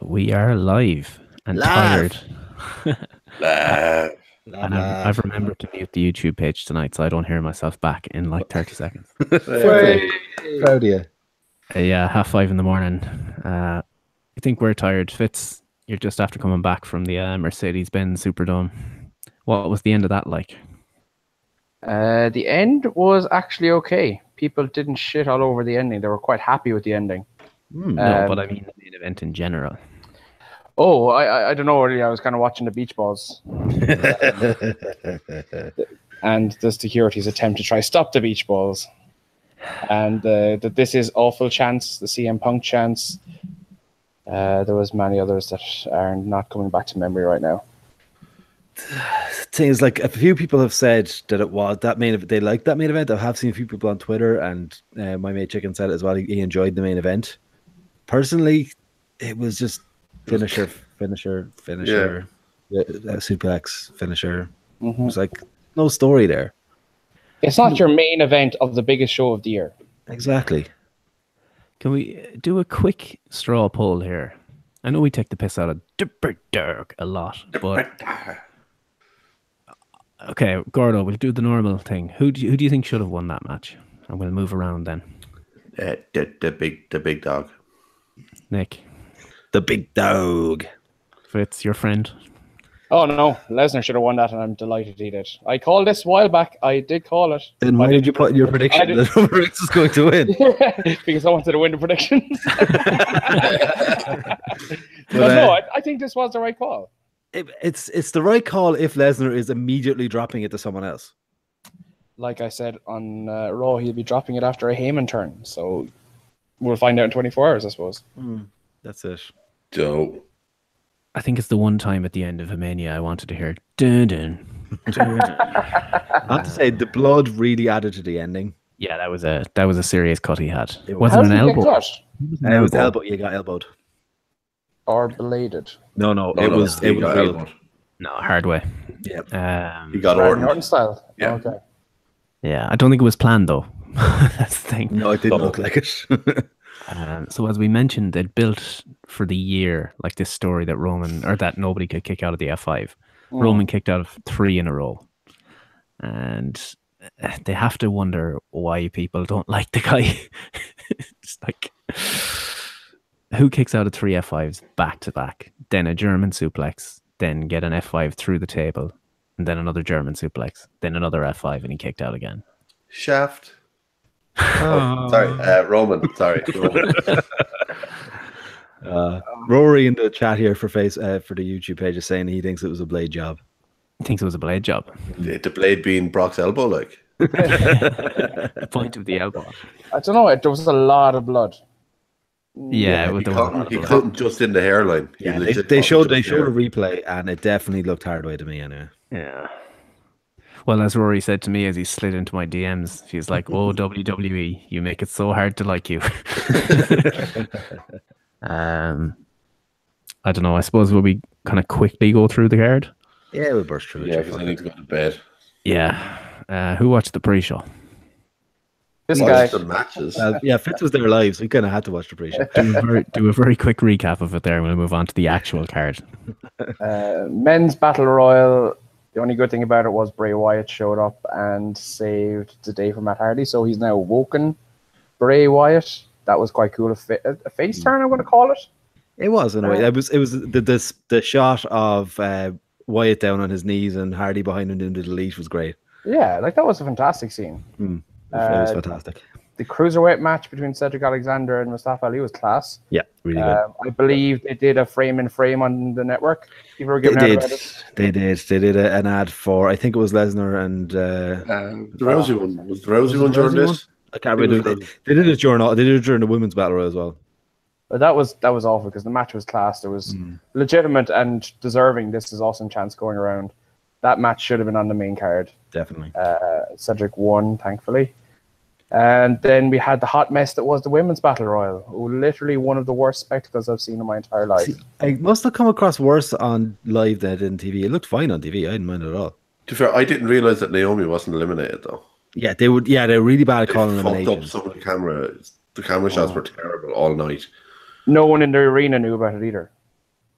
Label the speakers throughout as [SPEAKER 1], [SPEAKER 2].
[SPEAKER 1] we are live and
[SPEAKER 2] Live.
[SPEAKER 1] tired.
[SPEAKER 2] Nah.
[SPEAKER 1] and I've,
[SPEAKER 3] uh,
[SPEAKER 1] I've remembered to mute the YouTube page tonight, so I don't hear myself back in like thirty seconds.
[SPEAKER 2] Hey.
[SPEAKER 4] Proud of you.
[SPEAKER 1] Uh, yeah, half five in the morning. Uh, I think we're tired, Fitz. You're just after coming back from the uh, Mercedes-Benz Superdome. What was the end of that like?
[SPEAKER 3] Uh, the end was actually okay. People didn't shit all over the ending. They were quite happy with the ending.
[SPEAKER 1] Hmm, no,
[SPEAKER 3] Um,
[SPEAKER 1] but I mean the main event in general.
[SPEAKER 3] Oh, I, I, I don't know. Really, I was kind of watching the beach balls, and the security's attempt to try stop the beach balls, and uh, the this is awful chance, the CM Punk chance. Uh, there was many others that are not coming back to memory right now.
[SPEAKER 4] Thing is, like a few people have said that it was that main event. They liked that main event. I have seen a few people on Twitter, and uh, my mate Chicken said it as well. He, he enjoyed the main event. Personally, it was just finisher, finisher, finisher, yeah. suplex, finisher. It was like no story there.
[SPEAKER 3] It's not your main event of the biggest show of the year.
[SPEAKER 4] Exactly.
[SPEAKER 1] Can we uh, do a quick straw poll here? I know we take the piss out of Dipper Dirk a lot, but okay, Gordo, we'll do the normal thing. Who do you, who do you think should have won that match? And we'll move around then.
[SPEAKER 2] Uh, the, the big the big dog.
[SPEAKER 1] Nick,
[SPEAKER 4] The big dog.
[SPEAKER 1] Fitz, your friend.
[SPEAKER 3] Oh no, Lesnar should have won that, and I'm delighted he did. I called this a while back. I did call it.
[SPEAKER 4] Then why did you put in your prediction
[SPEAKER 3] did-
[SPEAKER 4] that Roman Reigns was going to win?
[SPEAKER 3] because I wanted to win the prediction. no,
[SPEAKER 4] But, uh,
[SPEAKER 3] no, I, I think this was the right call.
[SPEAKER 4] It- it's it's the right call if Lesnar is immediately dropping it to someone else.
[SPEAKER 3] Like I said on uh, Raw, he'll be dropping it after a Heyman turn, so we'll find out in 24 hours, I suppose.
[SPEAKER 4] Hmm. That's it.
[SPEAKER 2] Dope.
[SPEAKER 1] I think it's the one time at the end of a mania I wanted to hear dun dun. dun, dun."
[SPEAKER 4] I have to say, the blood really added to the ending.
[SPEAKER 1] yeah, that was a that was a serious cut he had.
[SPEAKER 4] It
[SPEAKER 1] It
[SPEAKER 4] was.
[SPEAKER 1] wasn't an
[SPEAKER 3] did he get
[SPEAKER 1] elbow.
[SPEAKER 3] cut?
[SPEAKER 4] And Uh, it was elbow. You got elbowed.
[SPEAKER 3] Or bladed.
[SPEAKER 4] No, no,
[SPEAKER 2] No,
[SPEAKER 4] it
[SPEAKER 2] no,
[SPEAKER 4] was
[SPEAKER 2] he
[SPEAKER 4] it was
[SPEAKER 2] got
[SPEAKER 4] real.
[SPEAKER 2] elbowed.
[SPEAKER 1] No, hard way.
[SPEAKER 4] Yeah,
[SPEAKER 1] Um,
[SPEAKER 2] He got
[SPEAKER 3] Randy
[SPEAKER 2] Orton.
[SPEAKER 3] Orton style.
[SPEAKER 2] Yeah.
[SPEAKER 3] Okay.
[SPEAKER 1] yeah, I don't think it was planned though. That's the thing.
[SPEAKER 4] no, it didn't
[SPEAKER 2] Double.
[SPEAKER 4] look like it.
[SPEAKER 1] Um, so as we mentioned, it built for the year like this story that Roman or that nobody could kick out of the F5.
[SPEAKER 3] Hmm.
[SPEAKER 1] Roman kicked out of three in a row, and uh, they have to wonder why people don't like the guy. it's like who kicks out of three F5s back to back, then a German suplex, then get an F5 through the table, and then another German suplex, then another F5, and he kicked out again.
[SPEAKER 2] Shaft. Oh, sorry, uh, Roman. Sorry, Roman.
[SPEAKER 4] uh, Rory in the chat here for face uh, for the YouTube page is saying he thinks it was a blade job.
[SPEAKER 1] Thinks it was a blade job.
[SPEAKER 2] the, the blade being Brock's elbow, like.
[SPEAKER 1] The point of the elbow.
[SPEAKER 3] Mm. I don't know. It, there was a lot of blood.
[SPEAKER 1] Yeah,
[SPEAKER 2] he
[SPEAKER 1] with the
[SPEAKER 2] caught, he caught him just in the hairline. He
[SPEAKER 4] Yeah, they,
[SPEAKER 2] legit
[SPEAKER 4] they
[SPEAKER 2] caught him
[SPEAKER 4] showed they
[SPEAKER 2] just in
[SPEAKER 4] showed
[SPEAKER 2] the
[SPEAKER 4] a replay, and it definitely looked hard way to me anyway.
[SPEAKER 1] Yeah. Well, as Rory said to me as he slid into my DMs, she's like, "Oh WWE, you make it so hard to like you." um, I don't know. I suppose will we kind of quickly go through the card?
[SPEAKER 4] Yeah, we burst through. it,
[SPEAKER 2] hairline. Yeah,
[SPEAKER 4] you're
[SPEAKER 2] because I
[SPEAKER 4] fine.
[SPEAKER 2] need to go to bed.
[SPEAKER 1] Yeah. Uh, who watched the pre-show?
[SPEAKER 3] This
[SPEAKER 2] Watched
[SPEAKER 3] guy.
[SPEAKER 2] the matches.
[SPEAKER 4] Uh, yeah, Fitz was there live, so he kind of had to watch the pre-show.
[SPEAKER 1] Do a, very, do a very quick recap of it there, and we'll move on to the actual card.
[SPEAKER 3] Uh, men's battle royal. The only good thing about it was Bray Wyatt showed up and saved the day for Matt Hardy, so he's now woken Bray Wyatt. That was quite cool. A, fa- a
[SPEAKER 1] Hmm.
[SPEAKER 3] face turn, I'm going to call it.
[SPEAKER 4] It was in a way. It was it was the this the shot of uh, Wyatt down on his knees and Hardy behind him doing the delete was great.
[SPEAKER 3] Yeah, like that was a fantastic scene.
[SPEAKER 1] Hmm.
[SPEAKER 4] It was, it was
[SPEAKER 3] Uh,
[SPEAKER 4] fantastic.
[SPEAKER 3] The cruiserweight match between Cedric Alexander and Mustafa Ali was class.
[SPEAKER 4] Yeah, really good.
[SPEAKER 3] Um, I believe they did a frame in frame on the network. People were
[SPEAKER 4] They
[SPEAKER 3] giving out
[SPEAKER 4] did.
[SPEAKER 3] about it.
[SPEAKER 4] They did. They did a, an ad for I think it was Lesnar and uh,
[SPEAKER 2] Um, the Rousey one was the Rousey one during
[SPEAKER 4] Rousey
[SPEAKER 2] this.
[SPEAKER 4] I can't
[SPEAKER 2] It was
[SPEAKER 4] remember. They, they did it during all- they did it during the women's battle royal as well.
[SPEAKER 3] But that was that was awful because the match was class. There was
[SPEAKER 4] Mm.
[SPEAKER 3] legitimate and deserving. This is awesome chance going around. That match should have been on the main card.
[SPEAKER 4] Definitely.
[SPEAKER 3] Uh, Cedric won, thankfully. And then we had the hot mess that was the women's battle royal. who Literally one of the worst spectacles I've seen in my entire life.
[SPEAKER 4] See, I must have come across worse on live than I did on TV. It looked fine on TV. I didn't mind it at all.
[SPEAKER 2] To be fair, I didn't realize that Naomi wasn't eliminated though.
[SPEAKER 4] Yeah, they would. Yeah, they're really bad at
[SPEAKER 2] They
[SPEAKER 4] calling
[SPEAKER 2] fucked up
[SPEAKER 4] eliminations.
[SPEAKER 2] some of the
[SPEAKER 4] Oh.
[SPEAKER 2] camera. The camera shots were terrible all night.
[SPEAKER 3] no one in the arena knew about it either.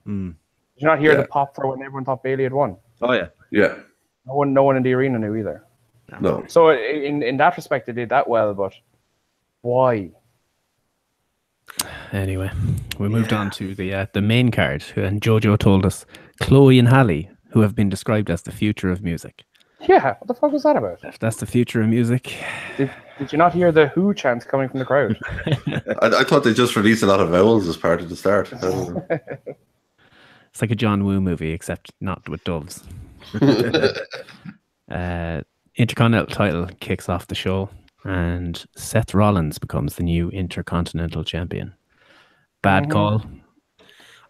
[SPEAKER 4] Mm.
[SPEAKER 3] Did you not hear
[SPEAKER 2] Yeah.
[SPEAKER 3] the pop for when everyone thought Bailey had won?
[SPEAKER 4] Oh yeah.
[SPEAKER 2] Yeah.
[SPEAKER 3] No one, no one in the arena knew either.
[SPEAKER 2] No.
[SPEAKER 3] So i- in in that respect, they did that well. But why?
[SPEAKER 1] Anyway, we moved on to the uh, the main card, and Jojo told us Chloe and Halle, who have been described as the future of music.
[SPEAKER 3] Yeah, what the fuck was that about?
[SPEAKER 1] If that's the future of music,
[SPEAKER 3] Did, did you not hear the Who chant coming from the crowd?
[SPEAKER 2] I, I thought they just released a lot of vowels as part of the start. I don't know.
[SPEAKER 1] it's like a John Woo movie, except not with doves. uh, Intercontinental title kicks off the show, and Seth Rollins becomes the new Intercontinental Champion. Bad
[SPEAKER 3] Mhm.
[SPEAKER 1] call.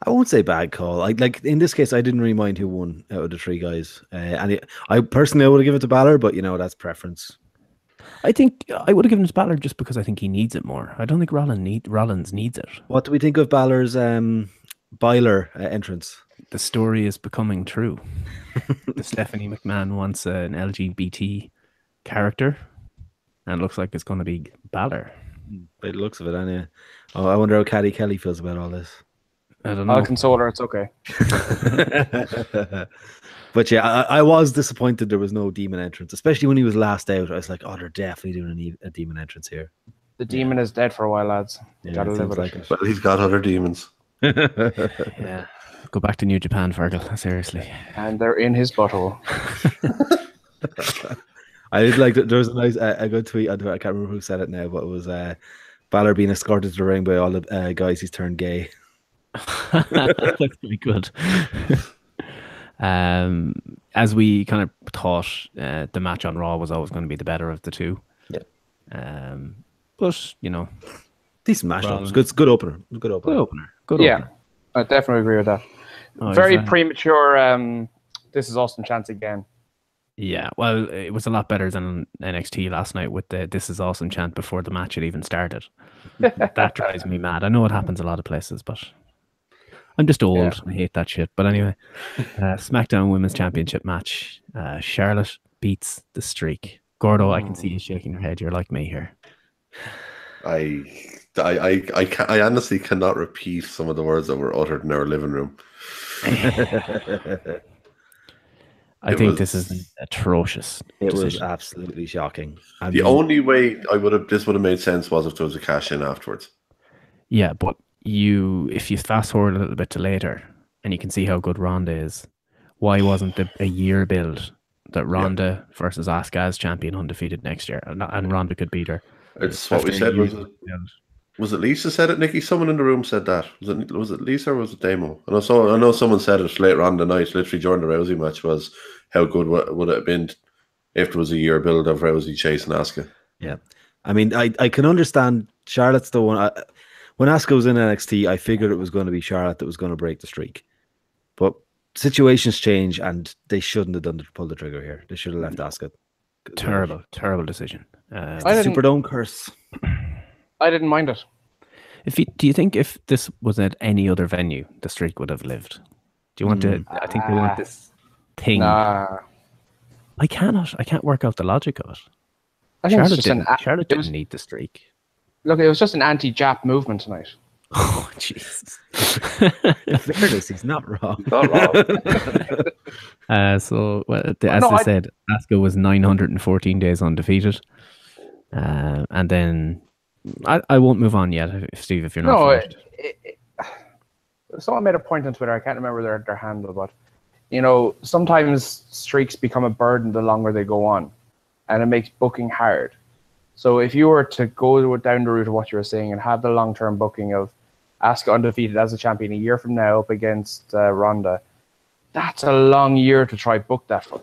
[SPEAKER 4] I won't say bad call. I like in this case, I didn't really mind who won out of the three guys, uh, and it, I personally would have given it to Balor, but you know that's preference.
[SPEAKER 1] I think I would have given it to Balor just because I think he needs it more. I don't think Rollins, need, Rollins needs it.
[SPEAKER 4] What do we think of Balor's um, Byler uh, entrance?
[SPEAKER 1] the story is becoming true. the Stephanie McMahon wants uh, an LGBT character, and it looks like it's going to be Balor.
[SPEAKER 4] By the looks of it, anyway. Oh, I wonder how Caddy Kelly feels about all this.
[SPEAKER 1] I don't know.
[SPEAKER 3] I'll console her. It's okay.
[SPEAKER 4] but yeah, I, I was disappointed there was no demon entrance, especially when he was last out. I was like, oh, they're definitely doing an e- a, demon entrance here.
[SPEAKER 3] The demon is dead for a while, lads.
[SPEAKER 4] Yeah,
[SPEAKER 3] Gotta
[SPEAKER 4] it
[SPEAKER 3] live
[SPEAKER 4] seems
[SPEAKER 3] with
[SPEAKER 4] like
[SPEAKER 3] it.
[SPEAKER 4] it.
[SPEAKER 2] well, he's got other demons.
[SPEAKER 1] yeah. Go back to New Japan, Virgil. Seriously.
[SPEAKER 3] And they're in his butthole.
[SPEAKER 4] I did like that. There was a nice, uh, a good tweet. I, I can't remember who said it now, but it was uh, Balor being escorted to the ring by all the uh, guys he's turned gay.
[SPEAKER 1] That's pretty good. um, as we kind of thought, uh, the match on Raw was always going to be the better of the two.
[SPEAKER 4] Yeah.
[SPEAKER 1] Um, but you know,
[SPEAKER 4] Decent mashup. It
[SPEAKER 1] Rollins.
[SPEAKER 4] was Good, good opener. It was a Good opener.
[SPEAKER 1] good opener. Good
[SPEAKER 3] Yeah,
[SPEAKER 1] opener.
[SPEAKER 3] I definitely agree with that.
[SPEAKER 1] Oh,
[SPEAKER 3] Very
[SPEAKER 1] exactly.
[SPEAKER 3] premature. Um, this is Austin Chance again.
[SPEAKER 1] Yeah, well, it was a lot better than NXT last night with the "This is awesome" chant before the match had even started. that drives me mad. I know it happens a lot of places, but I'm just old. I hate that shit. But anyway, uh, SmackDown Women's Championship match. Uh, Charlotte beats the streak. Gordo, I
[SPEAKER 2] Oh.
[SPEAKER 1] can see you shaking your head. You're like me here.
[SPEAKER 2] I, I, I, I, can, I honestly cannot repeat some of the words that were uttered in our living room.
[SPEAKER 1] I
[SPEAKER 2] It
[SPEAKER 1] think
[SPEAKER 2] was-
[SPEAKER 1] this is atrocious.
[SPEAKER 4] It was
[SPEAKER 1] decision.
[SPEAKER 4] absolutely shocking. I
[SPEAKER 2] The
[SPEAKER 4] mean,
[SPEAKER 2] only way I would have this would have made sense was if there was a cash in afterwards.
[SPEAKER 1] Yeah, but you, if you fast forward a little bit to later, and you can see how good Ronda is. Why wasn't the a year build that Ronda versus Asuka as champion undefeated next year, and, and Ronda could beat her?
[SPEAKER 2] It's what we
[SPEAKER 1] After a
[SPEAKER 2] said. Was
[SPEAKER 1] year
[SPEAKER 2] it,
[SPEAKER 1] build.
[SPEAKER 2] was it Lisa said it? Nikki, someone in the room said that. Was it was it Lisa or was it Damo? And I saw I know someone said it later on the night, literally during the Rousey match, was how good would, would it have been if there was a year build of Rousey chasing Asuka.
[SPEAKER 4] I mean, I, I can understand Charlotte's the one. I, when Asuka was in NXT, I figured it was going to be Charlotte that was going to break the streak. But situations change, and they shouldn't have done the pull the trigger here. They should have left Asuka.
[SPEAKER 1] Terrible, terrible decision. Uh,
[SPEAKER 3] I didn't-
[SPEAKER 4] Superdome curse.
[SPEAKER 3] I didn't mind it.
[SPEAKER 1] if you, do you think if this was at any other venue, the streak would have lived? Do you want to? I think they
[SPEAKER 3] Ah.
[SPEAKER 1] want this thing.
[SPEAKER 3] Nah,
[SPEAKER 1] I cannot. I can't work out the logic of it.
[SPEAKER 3] I think it was
[SPEAKER 1] Charlotte
[SPEAKER 3] just an
[SPEAKER 1] didn't.
[SPEAKER 3] a-
[SPEAKER 1] Charlotte
[SPEAKER 3] it was-
[SPEAKER 1] didn't need the streak.
[SPEAKER 3] look. It was just an anti-Jap movement tonight.
[SPEAKER 1] Oh Jesus.
[SPEAKER 4] In fairness, he's not wrong.
[SPEAKER 2] Not wrong.
[SPEAKER 1] Uh, so, well, the, as
[SPEAKER 3] no,
[SPEAKER 1] I
[SPEAKER 3] I-
[SPEAKER 1] said, Asuka was 914 days undefeated. Uh, and then I, I won't move on yet, if, Steve, if you're not.
[SPEAKER 3] No,
[SPEAKER 1] finished.
[SPEAKER 3] it, it, it, someone made a point on Twitter. I can't remember their, their handle, but you know, sometimes streaks become a burden the longer they go on, and it makes booking hard. So if you were to go down the route of what you were saying and have the long term booking of Asuka undefeated as a champion a year from now up against uh, Ronda, that's a long year to try book that for.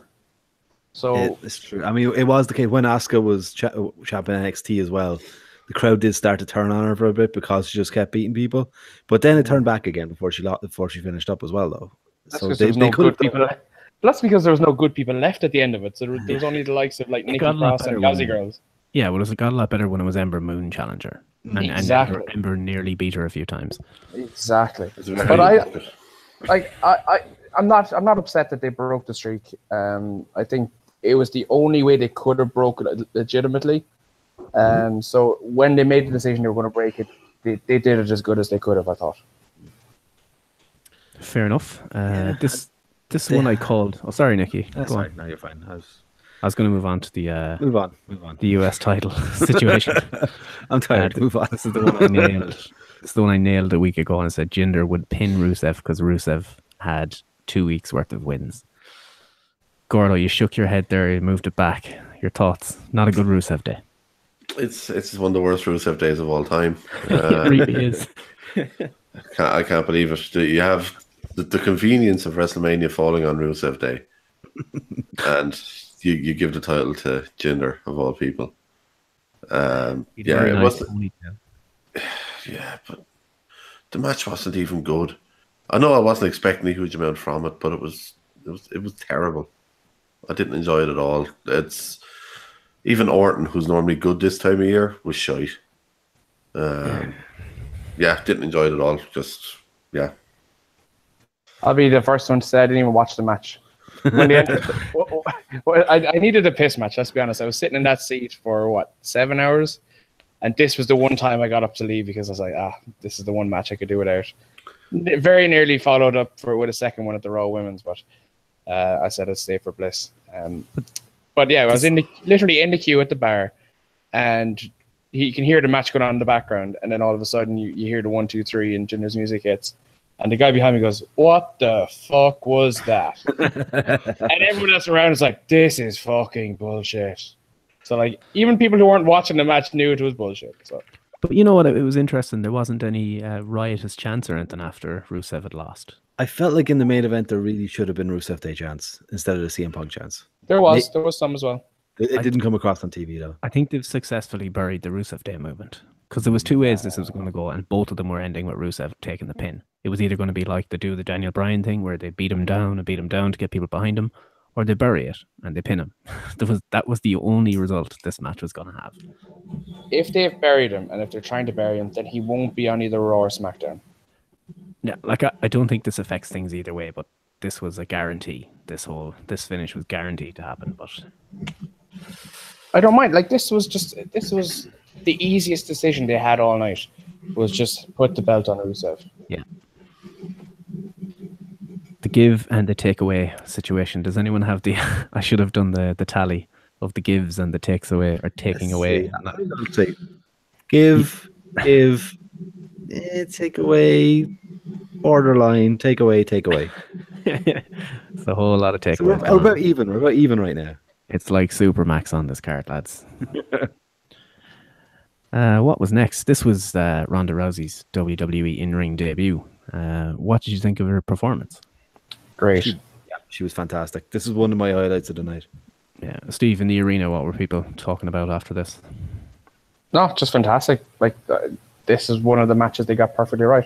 [SPEAKER 3] So
[SPEAKER 4] It- it's true. I mean, it was the case when Asuka was cha- champion NXT as well. The crowd did start to turn on her for a bit because she just kept beating people, but then it turned back again before she lo- before she finished up as well, though.
[SPEAKER 3] That's because there was no
[SPEAKER 4] could have
[SPEAKER 3] good people. le- That's because there was no good people left at the end of it. So there, there was only the likes of like Nikki
[SPEAKER 1] got a lot
[SPEAKER 3] Cross
[SPEAKER 1] better
[SPEAKER 3] and
[SPEAKER 1] when-
[SPEAKER 3] Gauzy Girls.
[SPEAKER 1] Yeah, well, it got a lot better when it was Ember Moon Challenger. And, and
[SPEAKER 3] Exactly.
[SPEAKER 1] Ember, Ember nearly beat her a few times.
[SPEAKER 3] Exactly.
[SPEAKER 2] It's very
[SPEAKER 3] But I-
[SPEAKER 2] good.
[SPEAKER 3] Like I, I, I'm not, I'm not upset that they broke the streak. Um, I think it was the only way they could have broken it legitimately. Um, so when they made the decision they were going to break it, they, they did it as good as they could have. I thought.
[SPEAKER 1] Fair enough. Uh, This this one I called. Oh, sorry, Nikki.
[SPEAKER 4] That's
[SPEAKER 1] Go on.
[SPEAKER 4] fine. No, you're fine. I was...
[SPEAKER 1] I was going to move on to the uh,
[SPEAKER 4] Move on. Move on.
[SPEAKER 1] the US title situation.
[SPEAKER 4] I'm tired.
[SPEAKER 1] Uh,
[SPEAKER 4] move on.
[SPEAKER 1] This is the one I nailed. This is the one I nailed a week ago and said Jinder would pin Rusev because Rusev had two weeks worth of wins. Gordo, you shook your head there. You moved it back. Your thoughts? Not a good Rusev day.
[SPEAKER 2] It's it's one of the worst Rusev days of all time.
[SPEAKER 1] it
[SPEAKER 2] Uh,
[SPEAKER 1] really is.
[SPEAKER 2] can't, I can't believe it. Do You have the, the convenience of WrestleMania falling on Rusev Day, and you, you give the title to Jinder of all people. Um, yeah,
[SPEAKER 1] Very
[SPEAKER 2] it
[SPEAKER 1] nice
[SPEAKER 2] was
[SPEAKER 1] ponytail.
[SPEAKER 2] yeah, but the match wasn't even good. I know I wasn't expecting a huge amount from it, but it was it was it was terrible. I didn't enjoy it at all. It's even Orton, who's normally good this time of year, was shite. Um, yeah, didn't enjoy it at all. Just yeah,
[SPEAKER 3] I'll be the first one to say I didn't even watch the match. When they entered, well, well, I, I needed a piss match. Let's be honest. I was sitting in that seat for what seven hours, and this was the one time I got up to leave because I was like, ah, this is the one match I could do without. N- Very nearly followed up for with a second one at the Raw Women's, but uh, I said I'd stay for Bliss. Um, but yeah, I was in the, literally in the queue at the bar, and you can hear the match going on in the background, and then all of a sudden you, you hear the one, two, three, and Jinder's music hits. And the guy behind me goes, What the fuck was that? and everyone else around is like, This is fucking bullshit. So, like, even people who weren't watching the match knew it was bullshit. So,
[SPEAKER 1] But you know what? It it was interesting. There wasn't any uh, riotous chants or anything after Rusev had lost.
[SPEAKER 4] I felt like in the main event there really should have been Rusev Day chance instead of the CM Punk chance.
[SPEAKER 3] there was, there was some as well.
[SPEAKER 4] It, it
[SPEAKER 1] I-
[SPEAKER 4] didn't come across on TV though.
[SPEAKER 1] I think they've successfully buried the Rusev Day movement because there was two ways this was going to go, and both of them were ending with Rusev taking the pin. It was either going to be like they do the Daniel Bryan thing, where they beat him down and beat him down to get people behind him, or they bury it and they pin him. There was that was the only result this match was going to have.
[SPEAKER 3] If they've buried him and if they're trying to bury him, then he won't be on either Raw or SmackDown.
[SPEAKER 1] Yeah, like I, I don't think this affects things either way, but this was a guarantee. This whole this finish was guaranteed to happen, but
[SPEAKER 3] I don't mind. Like, this was just, this was the easiest decision they had all night, was just put the belt on Rusev.
[SPEAKER 1] the give and the takeaway situation. Does anyone have the? I should have done the the tally of the gives and the takes away or taking away.
[SPEAKER 4] Yeah, I don't think- Give, give, eh, take away, borderline, take away, take away.
[SPEAKER 1] it's a whole lot of
[SPEAKER 4] So
[SPEAKER 1] takeaways.
[SPEAKER 4] we're, we're
[SPEAKER 1] going
[SPEAKER 4] about
[SPEAKER 1] on.
[SPEAKER 4] even. We're about even right now.
[SPEAKER 1] It's like Supermax on this card, lads. uh, what was next? This was uh, Ronda Rousey's WWE in-ring debut. Uh, what did you think of her performance?
[SPEAKER 3] Great.
[SPEAKER 4] She was fantastic. This is one of my highlights of the night.
[SPEAKER 1] Yeah, Steve, in the arena, what were people talking about after this?
[SPEAKER 3] No, just fantastic. Like uh, this is one of the matches they got perfectly right.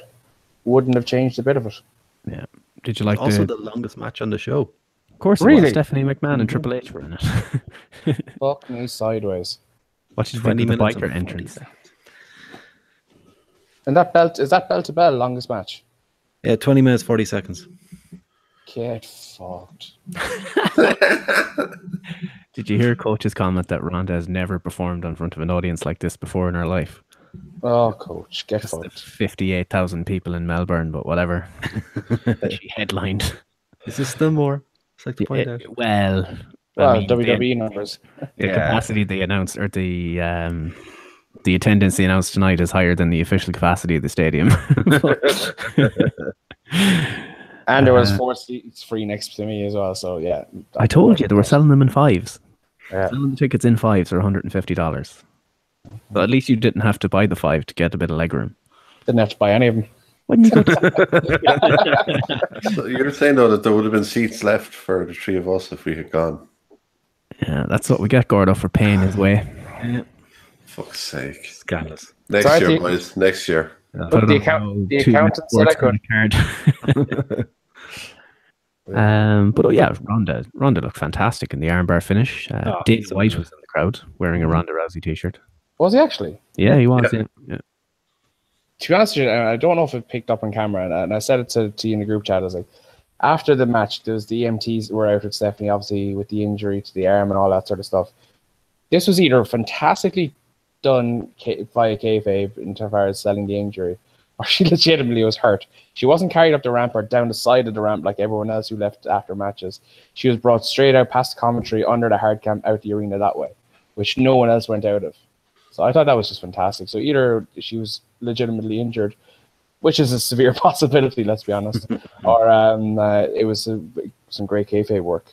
[SPEAKER 3] Wouldn't have changed a bit of it.
[SPEAKER 1] Yeah, did you like
[SPEAKER 4] also
[SPEAKER 1] the?
[SPEAKER 4] the longest match on the show.
[SPEAKER 1] Of course, it was.
[SPEAKER 3] Really?
[SPEAKER 1] Stephanie McMahon and Triple H were in it.
[SPEAKER 3] Fuck me sideways.
[SPEAKER 1] what did you think
[SPEAKER 4] Twenty
[SPEAKER 1] of the
[SPEAKER 4] minutes. and
[SPEAKER 1] biker
[SPEAKER 4] 40
[SPEAKER 1] entrance?
[SPEAKER 4] seconds.
[SPEAKER 3] And that belt is that belt to bell longest match.
[SPEAKER 4] Yeah, twenty minutes forty seconds.
[SPEAKER 3] Get fucked.
[SPEAKER 1] Did you hear Coach's comment that Ronda has never performed in front of an audience like this before in her life?
[SPEAKER 3] Oh, coach, get
[SPEAKER 1] Just the
[SPEAKER 3] fucked.
[SPEAKER 1] 58,000 people in Melbourne, but whatever. she headlined.
[SPEAKER 4] Is this still more? It's like to point out.
[SPEAKER 1] It- well, I
[SPEAKER 3] Well, E.
[SPEAKER 1] mean, the-
[SPEAKER 3] WWE numbers.
[SPEAKER 1] The capacity they announced, or the um, the attendance they announced tonight is higher than the official capacity of the stadium.
[SPEAKER 3] And there was four seats free next to me as well. So yeah.
[SPEAKER 1] Uh-huh. I told you they were selling them in fives.
[SPEAKER 3] Yeah.
[SPEAKER 1] Selling the tickets in fives for $150. But at least you didn't have to buy the five to get a bit of legroom.
[SPEAKER 3] Didn't have to buy any of them.
[SPEAKER 1] When you go to
[SPEAKER 2] so you're saying though that there would have been seats left for the three of us if we had gone.
[SPEAKER 1] Yeah, that's what we get, Gordo, for paying his way.
[SPEAKER 2] Fuck's sake!
[SPEAKER 4] Scandalous.
[SPEAKER 2] Next
[SPEAKER 3] Sorry,
[SPEAKER 2] year,
[SPEAKER 3] Steve.
[SPEAKER 2] boys. Next year.
[SPEAKER 1] Put it
[SPEAKER 3] the
[SPEAKER 1] on
[SPEAKER 3] account-
[SPEAKER 1] no
[SPEAKER 3] the
[SPEAKER 1] two
[SPEAKER 3] accountant said I
[SPEAKER 1] words on the card. um, but oh yeah, Ronda. Ronda looked fantastic in the armbar finish. Uh,
[SPEAKER 4] Oh,
[SPEAKER 1] Dave
[SPEAKER 4] he's
[SPEAKER 1] White
[SPEAKER 4] amazing.
[SPEAKER 1] was in the crowd wearing a
[SPEAKER 3] Mm-hmm.
[SPEAKER 1] Ronda Rousey t-shirt.
[SPEAKER 3] Was he actually?
[SPEAKER 1] Yeah, he was.
[SPEAKER 2] Yeah.
[SPEAKER 1] Yeah. yeah.
[SPEAKER 3] to be honest with you, and I don't know if it picked up on camera, and, and I said it to, to you in the group chat. I was like, after the match, there was the EMTs were out with Stephanie, obviously with the injury to the arm and all that sort of stuff. This was either fantastically done ca- via kayfabe in so far as selling the injury, or she legitimately was hurt. She wasn't carried up the ramp or down the side of the ramp like everyone else who left after matches. She was brought straight out past commentary, under the hard cam, out the arena that way, which no one else went out of. So I thought that was just fantastic. So either she was legitimately injured, which is a severe possibility, let's be honest, or um, uh, it was uh some great kayfabe work.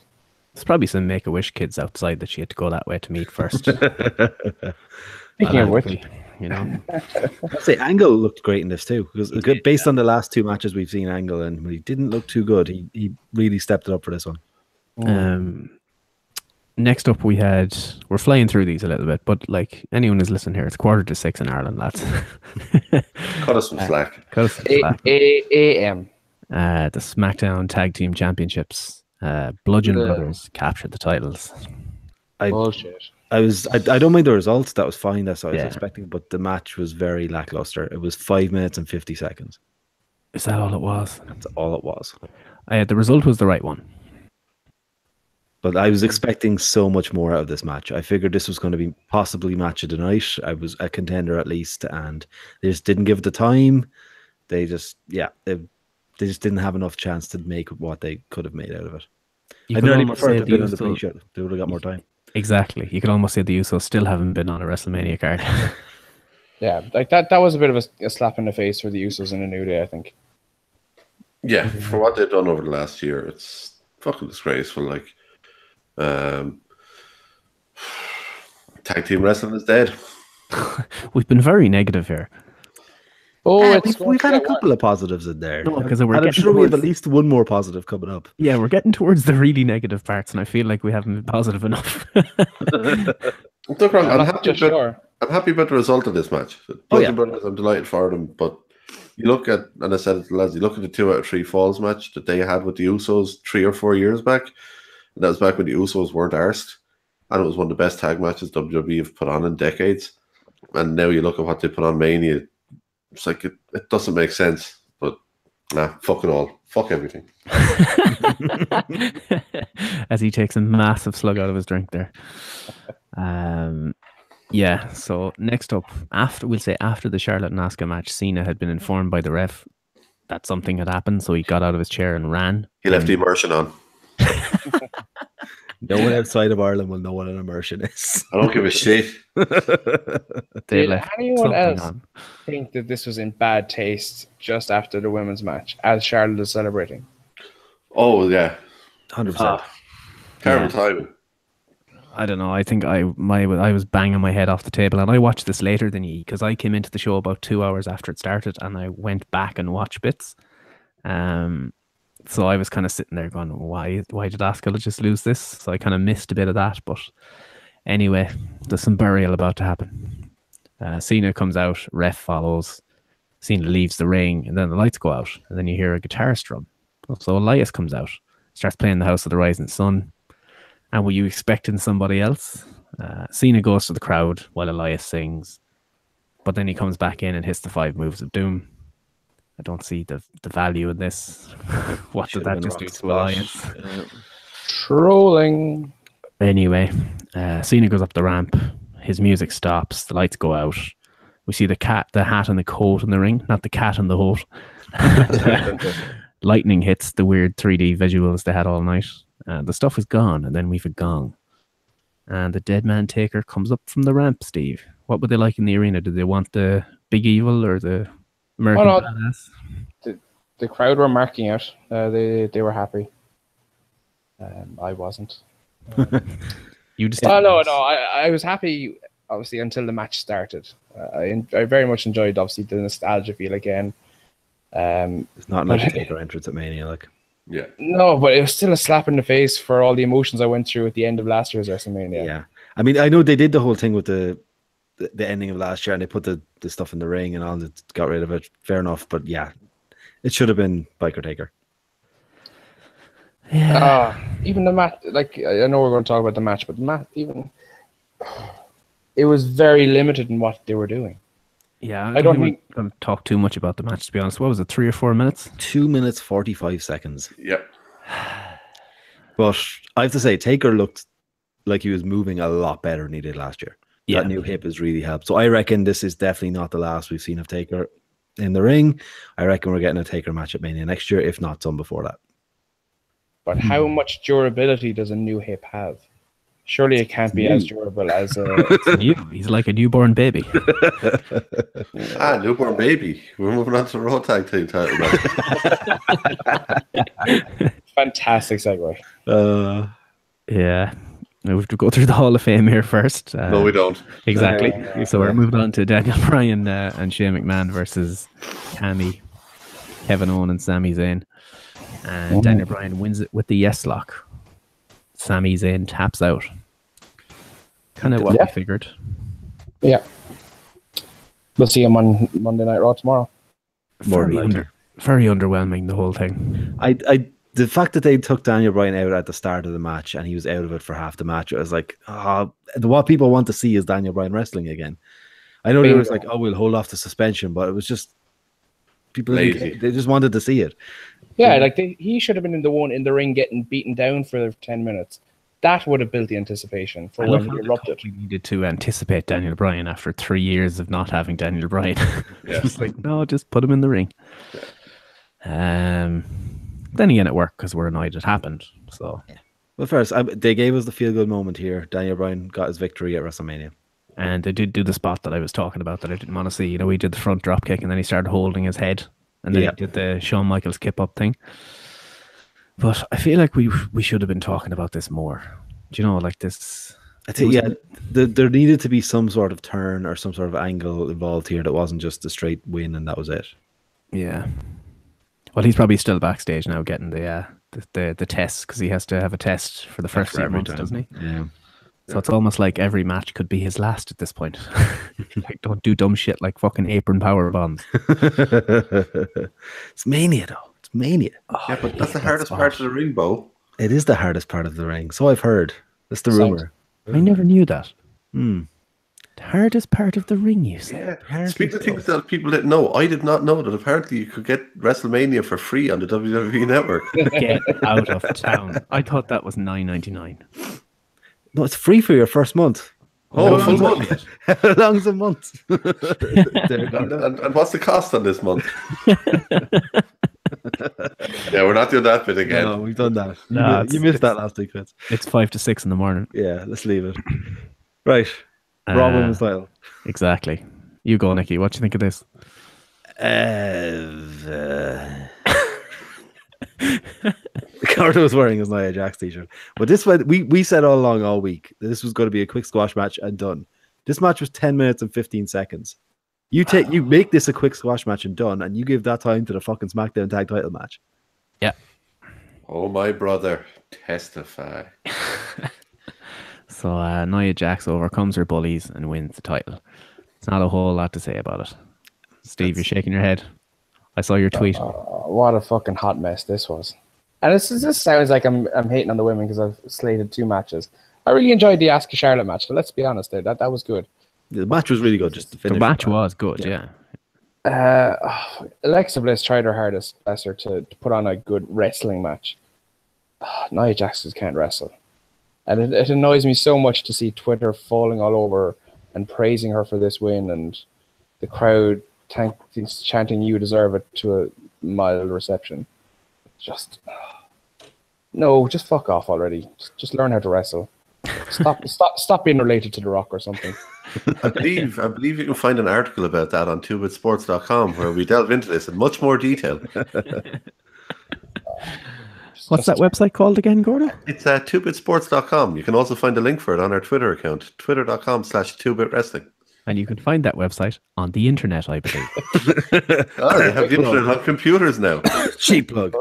[SPEAKER 1] There's probably some Make a Wish kids outside that she had to go that way to meet first.
[SPEAKER 3] Speaking of which,
[SPEAKER 1] you know,
[SPEAKER 4] I'd say Angle looked great in this too. Because good, based on the last two matches we've seen Angle and he didn't look too good. He he really stepped it up for this one.
[SPEAKER 2] Uh,
[SPEAKER 1] um, next up we had we're flying through these a little bit, but like anyone who's listening here, it's quarter to six in Ireland, lads.
[SPEAKER 2] Cut us some slack.
[SPEAKER 1] Cut us some
[SPEAKER 3] A-
[SPEAKER 1] slack.
[SPEAKER 3] A- AM.
[SPEAKER 1] Uh, the SmackDown Tag Team Championships. Uh, Bludgeon
[SPEAKER 3] The-
[SPEAKER 1] Brothers captured the titles.
[SPEAKER 4] I-
[SPEAKER 3] Bullshit.
[SPEAKER 4] I was I, I don't mind the results. That was fine. That's what I was
[SPEAKER 1] Yeah.
[SPEAKER 4] expecting. But the match was very lackluster. It was five minutes and fifty seconds.
[SPEAKER 1] Is that all it was?
[SPEAKER 4] That's all it was.
[SPEAKER 1] Uh, the result was the right one.
[SPEAKER 4] But I was expecting so much more out of this match. I figured this was going to be possibly match of the night. I was a contender at least, and they just didn't give it the time. They just yeah, they, they just didn't have enough chance to make what they could have made out of it.
[SPEAKER 1] You
[SPEAKER 4] I
[SPEAKER 1] could
[SPEAKER 4] nearly
[SPEAKER 1] almost
[SPEAKER 4] prefer
[SPEAKER 1] say
[SPEAKER 4] it to
[SPEAKER 1] the
[SPEAKER 4] be on the
[SPEAKER 1] Usos-
[SPEAKER 4] pre-show. They would have got more time.
[SPEAKER 1] Exactly. You could almost say the Usos still haven't been on a WrestleMania card.
[SPEAKER 3] Yeah, like that. That was a bit of a, a slap in the face for the Usos in a new day. I think.
[SPEAKER 2] Yeah, for what they've done over the last year, it's fucking disgraceful. Like, um, tag team wrestling is dead.
[SPEAKER 1] We've been very negative here.
[SPEAKER 3] Oh,
[SPEAKER 4] Yeah,
[SPEAKER 3] it's
[SPEAKER 4] Uh, we've,
[SPEAKER 3] going
[SPEAKER 4] we've
[SPEAKER 3] to
[SPEAKER 4] had a
[SPEAKER 3] that one.
[SPEAKER 4] couple of positives in there.
[SPEAKER 1] No, 'cause we're
[SPEAKER 4] and I'm
[SPEAKER 1] getting
[SPEAKER 4] sure we have at
[SPEAKER 1] towards-
[SPEAKER 4] least one more positive coming up.
[SPEAKER 1] Yeah, we're getting towards the really negative parts, and I feel like we haven't been positive enough.
[SPEAKER 2] Don't get me wrong, I'm,
[SPEAKER 3] I'm not
[SPEAKER 2] happy
[SPEAKER 3] just
[SPEAKER 2] about,
[SPEAKER 3] sure.
[SPEAKER 2] I'm happy about the result of this match.
[SPEAKER 4] Oh, yeah.
[SPEAKER 2] Brothers, I'm delighted for them, but you look at, and I said it to lads, you look at the two out of three falls match that they had with the Usos three or four years back, and that was back when the Usos weren't arsed, and it was one of the best tag matches WWE have put on in decades. And now you look at what they put on Mania, it's like it, it doesn't make sense, but nah, fucking all, fuck everything.
[SPEAKER 1] As he takes a massive slug out of his drink there. Um, yeah, so next up, after we'll say after the Charlotte and Asuka match, Cena had been informed by the ref that something had happened, so he got out of his chair and ran.
[SPEAKER 2] He
[SPEAKER 4] Mm.
[SPEAKER 2] left the immersion on.
[SPEAKER 4] No one outside of Ireland will know what an immersion is.
[SPEAKER 2] I don't give a shit.
[SPEAKER 1] They
[SPEAKER 3] Did
[SPEAKER 1] left
[SPEAKER 3] anyone
[SPEAKER 1] something
[SPEAKER 3] else
[SPEAKER 1] on.
[SPEAKER 3] think that this was in bad taste just after the women's match as Charlotte is celebrating?
[SPEAKER 2] Oh yeah,
[SPEAKER 4] Hundred percent.
[SPEAKER 2] Ah. terrible timing.
[SPEAKER 1] I don't know. I think I my I was banging my head off the table, and I watched this later than you because I came into the show about two hours after it started, and I went back and watched bits. Um, so I was kind of sitting there going, "Why? Why did Asuka just lose this?" So I kind of missed a bit of that. But anyway, there's some burial about to happen. Uh, Cena comes out, ref follows. Cena leaves the ring, and then the lights go out, and then you hear a guitar strum. So Elias comes out, starts playing the House of the Rising Sun. And were you expecting somebody else? Uh, Cena goes to the crowd while Elias sings, but then he comes back in and hits the five moves of doom. I don't see the the value in this. what did
[SPEAKER 4] Should've
[SPEAKER 1] that
[SPEAKER 4] been
[SPEAKER 1] just do
[SPEAKER 4] rock
[SPEAKER 1] to
[SPEAKER 4] smash.
[SPEAKER 1] Elias?
[SPEAKER 3] Trolling.
[SPEAKER 1] Anyway, uh, Cena goes up the ramp. His music stops. The lights go out. We see the cat, the hat, and the coat in the ring. Not the cat and the hoat. Lightning hits the weird 3D visuals they had all night. Uh, the stuff is gone, and then we've a gong. And the dead man taker comes up from the ramp. Steve, what were they like in the arena? Did they want the big evil or the American
[SPEAKER 3] Oh, no.
[SPEAKER 1] badass?
[SPEAKER 3] The crowd were marking out. Uh, they they were happy. Um, I wasn't.
[SPEAKER 1] You just
[SPEAKER 3] Oh
[SPEAKER 1] didn't
[SPEAKER 3] no,
[SPEAKER 1] notice.
[SPEAKER 3] no, I, I was happy obviously until the match started. Uh, I en- I very much enjoyed obviously the nostalgia feel again. Um,
[SPEAKER 4] It's not like a taker entrance at Mania. Like
[SPEAKER 2] Yeah.
[SPEAKER 3] no, but it was still a slap in the face for all the emotions I went through at the end of last year's WrestleMania.
[SPEAKER 4] yeah. I mean, I know they did the whole thing with the the, the ending of last year, and they put the, the stuff in the ring and all that got rid of it. Fair enough, but yeah, it should have been biker taker.
[SPEAKER 1] Yeah.
[SPEAKER 3] Ah, even the match, like I I know we're going to talk about the match, but the match even it was very limited in what they were doing.
[SPEAKER 1] yeah.
[SPEAKER 3] I don't
[SPEAKER 1] think we're going to talk too much about the match. To be honest, what was it? Three or four minutes?
[SPEAKER 4] Two minutes forty five seconds.
[SPEAKER 2] Yeah.
[SPEAKER 4] But I have to say, Taker looked like he was moving a lot better than he did last year.
[SPEAKER 1] Yeah.
[SPEAKER 4] That new hip has really helped. So I reckon this is definitely not the last we've seen of Taker. in the ring. I reckon we're getting a taker match at Mania next year, if not done before that.
[SPEAKER 5] But how
[SPEAKER 3] Hmm.
[SPEAKER 5] much durability does a new hip have? Surely it can't be
[SPEAKER 3] Hmm.
[SPEAKER 5] as durable as a.
[SPEAKER 1] You, he's like a newborn baby.
[SPEAKER 2] Ah, newborn baby. We're moving on to the Raw Tag Team title match.
[SPEAKER 5] fantastic segue.
[SPEAKER 4] Uh,
[SPEAKER 1] yeah. We have to go through the Hall of Fame here first. Uh,
[SPEAKER 2] no, we don't.
[SPEAKER 1] Exactly.
[SPEAKER 5] Yeah.
[SPEAKER 1] so we're moving on to Daniel Bryan uh, and Shane McMahon versus Tammy, Kevin Owen, and Sami Zayn. And Daniel Bryan wins it with the yes lock. Sami Zayn taps out. Kind of what
[SPEAKER 3] Yeah.
[SPEAKER 1] we figured.
[SPEAKER 5] Yeah.
[SPEAKER 3] We'll see him on Monday Night Raw tomorrow.
[SPEAKER 4] More
[SPEAKER 1] very,
[SPEAKER 4] than
[SPEAKER 1] under, very underwhelming, the whole thing.
[SPEAKER 4] I, I, the fact that they took Daniel Bryan out at the start of the match and he was out of it for half the match, I was like, ah, the what people want to see is Daniel Bryan wrestling again. I know they was like, oh, we'll hold off the suspension, but it was just people. didn't
[SPEAKER 2] Lazy.
[SPEAKER 4] care. They just wanted to see it.
[SPEAKER 5] Yeah,
[SPEAKER 3] Hmm.
[SPEAKER 5] like they, he should have been in the one in the ring getting beaten down for 10 minutes. That would have built the anticipation for
[SPEAKER 1] I
[SPEAKER 5] when
[SPEAKER 1] love
[SPEAKER 5] he
[SPEAKER 1] how
[SPEAKER 5] erupted.
[SPEAKER 1] we needed to uh, anticipate Daniel Bryan after three years of not having Daniel Bryan.
[SPEAKER 2] Yeah.
[SPEAKER 1] just like, no, just put him in the ring. Um, then again, it worked because we're annoyed it happened. So,
[SPEAKER 4] Well, first, I, they gave us the feel good moment here. Daniel Bryan got his victory at WrestleMania.
[SPEAKER 1] and they did do the spot that I was talking about that I didn't want to see. You know, he did the front drop kick and then he started holding his head, and then
[SPEAKER 4] Yeah.
[SPEAKER 1] he did the Shawn Michaels kip up thing. But I feel like we we should have been talking about this more. Do you know, like this?
[SPEAKER 4] I
[SPEAKER 1] It
[SPEAKER 4] think
[SPEAKER 1] was
[SPEAKER 4] yeah, the, there needed to be some sort of turn or some sort of angle involved here that wasn't just a straight win and that was it.
[SPEAKER 1] Yeah. Well, he's probably still backstage now getting the uh, the, the the tests because he has to have a test for the first
[SPEAKER 4] For
[SPEAKER 1] few
[SPEAKER 4] every
[SPEAKER 1] months,
[SPEAKER 4] time.
[SPEAKER 1] doesn't he?
[SPEAKER 4] Yeah.
[SPEAKER 1] So it's almost like every match could be his last at this point. like, don't do dumb shit like fucking apron power bombs.
[SPEAKER 4] it's mania though. It's mania.
[SPEAKER 2] Yeah, but that's the
[SPEAKER 1] Oh,
[SPEAKER 2] hardest part of the ring, Bo.
[SPEAKER 4] It is the hardest part of the ring. So I've heard. That's the
[SPEAKER 5] Sounds-
[SPEAKER 4] rumor.
[SPEAKER 1] I never knew that.
[SPEAKER 4] Hmm.
[SPEAKER 1] The hardest part of the ring, you say?
[SPEAKER 2] Yeah.
[SPEAKER 4] Apparently
[SPEAKER 2] Speaking of
[SPEAKER 4] so.
[SPEAKER 2] things that people didn't know, I did not know that apparently you could get WrestleMania for free on the WWE Network.
[SPEAKER 1] Get out of town. I thought that was nine ninety nine.
[SPEAKER 4] No, it's free for your first month.
[SPEAKER 2] Oh, full month.
[SPEAKER 4] How long's a month? There you go.
[SPEAKER 2] And, and, and what's the cost on this month? yeah, we're not doing that bit again.
[SPEAKER 4] No, we've done that. You,
[SPEAKER 1] No,
[SPEAKER 4] mi-
[SPEAKER 1] it's-
[SPEAKER 4] you missed that last week, Vince.
[SPEAKER 1] It's five to six in the morning.
[SPEAKER 4] Yeah, let's leave it. Right.
[SPEAKER 1] Uh,
[SPEAKER 4] Raw Women's title.
[SPEAKER 1] Exactly. You go, Nikki. What do you think of this?
[SPEAKER 4] Uh, Ricardo was wearing his Nia Jax t-shirt, but this one we we said all along all week this was going to be a quick squash match and done. This match was ten minutes and fifteen seconds. You take you make this a quick squash match and done, and you give that time to the fucking SmackDown Tag Title match.
[SPEAKER 2] Oh, my brother, testify.
[SPEAKER 1] So uh, Nia Jax overcomes her bullies and wins the title. It's not a whole lot to say about it. Steve, you're shaking your head. I saw your tweet.
[SPEAKER 3] Uh, what a fucking hot mess this was. And this is, this sounds like I'm I'm hating on the women because I've slated two matches. I really enjoyed the Asuka Charlotte match, but let's be honest there, that, that was good.
[SPEAKER 4] The match was really good. Just to finish
[SPEAKER 1] the
[SPEAKER 4] it.
[SPEAKER 1] match was good, yeah.
[SPEAKER 3] Uh, Alexa Bliss tried her hardest, bless her, to, to put on a good wrestling match. Ah, Nia Jax just can't wrestle. And it, it annoys me so much to see Twitter falling all over and praising her for this win and the crowd tank, chanting, You deserve it, to a mild reception. Just. ah. No, just fuck off already. Just, just learn how to wrestle. Stop, stop, stop being related to The Rock or something.
[SPEAKER 2] I believe I believe you can find an article about that on 2bitsports.com where we delve into this in much more detail.
[SPEAKER 1] What's that website called again, Gordo?
[SPEAKER 2] It's at 2bitsports.com. You can also find a link for it on our Twitter account, twitter.com slash 2bitwrestling.
[SPEAKER 1] And you can find that website on the internet, I believe.
[SPEAKER 2] Oh, they have the internet on computers now.
[SPEAKER 4] cheap plug.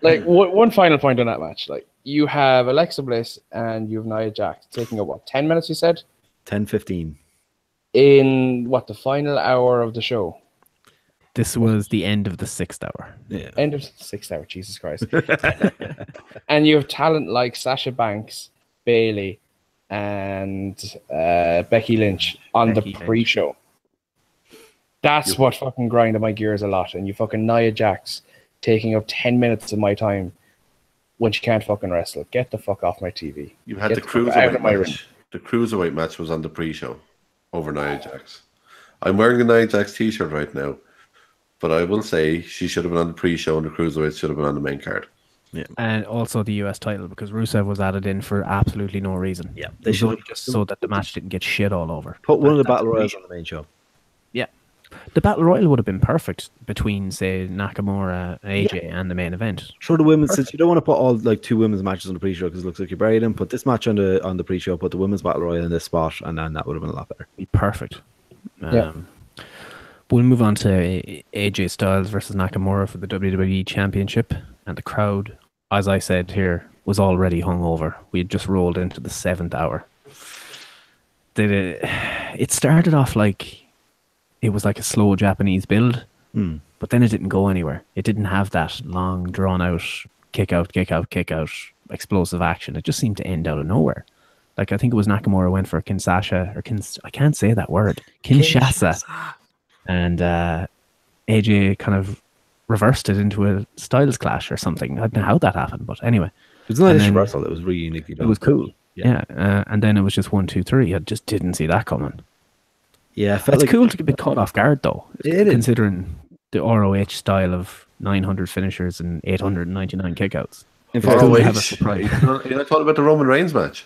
[SPEAKER 3] like one one final point on that match. Like you have Alexa Bliss and you have Nia Jax taking up what ten minutes. You said
[SPEAKER 4] Ten fifteen.
[SPEAKER 3] in what the final hour of the show,
[SPEAKER 1] this was the end of the sixth hour.
[SPEAKER 4] Yeah.
[SPEAKER 3] end of sixth hour. Jesus Christ! and you have talent like Sasha Banks, Bailey, and uh, Becky Lynch on
[SPEAKER 1] Becky
[SPEAKER 3] the
[SPEAKER 1] Lynch.
[SPEAKER 3] pre-show. That's what fucking grinded my gears a lot. And you fucking Nia Jax taking up ten minutes of my time when she can't fucking wrestle. Get the fuck off my TV.
[SPEAKER 2] You had
[SPEAKER 3] Get
[SPEAKER 2] the
[SPEAKER 3] the fuck out of
[SPEAKER 2] cruiserweight
[SPEAKER 3] my
[SPEAKER 2] match. The cruiserweight match was on the pre-show over Nia Jax. I'm wearing a Nia Jax t-shirt right now, but I will say she should have been on the pre-show and the cruiserweights should have been on the main card.
[SPEAKER 1] and also the US title because Rusev was added in for absolutely no reason.
[SPEAKER 4] Yeah, they
[SPEAKER 1] they
[SPEAKER 4] should-
[SPEAKER 1] should just so that the match didn't get shit all over.
[SPEAKER 4] Put one of the
[SPEAKER 1] That's
[SPEAKER 4] battle
[SPEAKER 1] the
[SPEAKER 4] royals
[SPEAKER 1] issue.
[SPEAKER 4] on the main show.
[SPEAKER 1] The battle royal would have been perfect between say Nakamura, AJ, and the main event.
[SPEAKER 4] Sure, the women since you don't want to put all like two women's matches on the pre-show because it looks like you buried them. Put this match on the on the pre-show. Put the women's battle royal in this spot, and then that would have been a lot better.
[SPEAKER 1] Be perfect. Um,
[SPEAKER 6] Yeah.
[SPEAKER 1] We'll move on to A- AJ Styles versus Nakamura for the WWE Championship, and the crowd, as I said here, was already hungover. We had just rolled into the seventh hour. Did it? It started off like it was like a slow Japanese build, but then it didn't go anywhere. It didn't have that long, drawn out kick out, kick out, kick out, explosive action. It just seemed to end out of nowhere. Like I think it was Nakamura went for a Kinshasa or Kins- I can't say that word Kinshasa, and uh, AJ kind of reversed it into a Styles clash or something. I don't know how that happened, but anyway,
[SPEAKER 4] It was not
[SPEAKER 1] And
[SPEAKER 4] a
[SPEAKER 1] then-
[SPEAKER 4] reversal. It was really uniquely
[SPEAKER 1] it
[SPEAKER 4] done.
[SPEAKER 1] was cool.
[SPEAKER 4] Yeah.
[SPEAKER 1] Yeah, uh, and then it was just one, two, three. I just didn't see that coming.
[SPEAKER 4] Yeah, I felt
[SPEAKER 1] It's
[SPEAKER 4] like
[SPEAKER 1] cool to be caught off guard though,
[SPEAKER 4] It is.
[SPEAKER 1] considering the ROH style of 900 finishers and 899 kickouts.
[SPEAKER 4] In
[SPEAKER 1] It's
[SPEAKER 4] fact,
[SPEAKER 2] Oh,
[SPEAKER 1] cool to
[SPEAKER 2] wait.
[SPEAKER 1] have a surprise.
[SPEAKER 2] You know, I thought about the Roman Reigns match.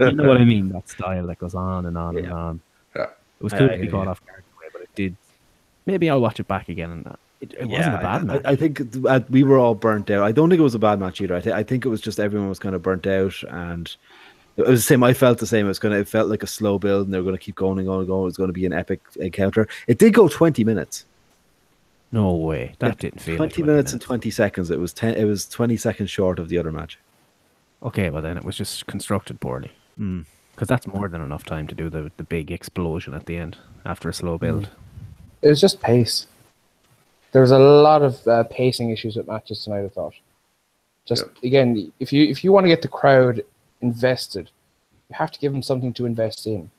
[SPEAKER 1] you know what I mean? That style that goes on and on and
[SPEAKER 4] Yeah.
[SPEAKER 1] on.
[SPEAKER 2] Yeah.
[SPEAKER 1] It was
[SPEAKER 4] Yeah,
[SPEAKER 1] cool to be
[SPEAKER 4] yeah,
[SPEAKER 1] caught
[SPEAKER 4] yeah.
[SPEAKER 1] off guard in a way, but it did. Maybe I'll watch it back again. And that it, it wasn't a
[SPEAKER 4] I-
[SPEAKER 1] bad
[SPEAKER 4] I,
[SPEAKER 1] match.
[SPEAKER 4] I think th- uh, we were all burnt out. I don't think it was a bad match either. I, th- I think it was just everyone was kind of burnt out, and it was the same. I felt the same. It was kind of it felt like a slow build, and they were going to keep going and going and going. It was going to be an epic encounter. It did go twenty minutes.
[SPEAKER 1] no way. That didn't feel. like
[SPEAKER 4] twenty minutes and twenty seconds. It was ten. It was twenty seconds short of the other match.
[SPEAKER 1] Okay, well then it was just constructed poorly. Because that's more than enough time to do the the big explosion at the end after a slow build.
[SPEAKER 6] It was just pace.
[SPEAKER 3] There was a lot of uh, pacing issues with matches tonight. I thought. Just again, if you if you want to get the crowd invested, you have to give them something to invest in,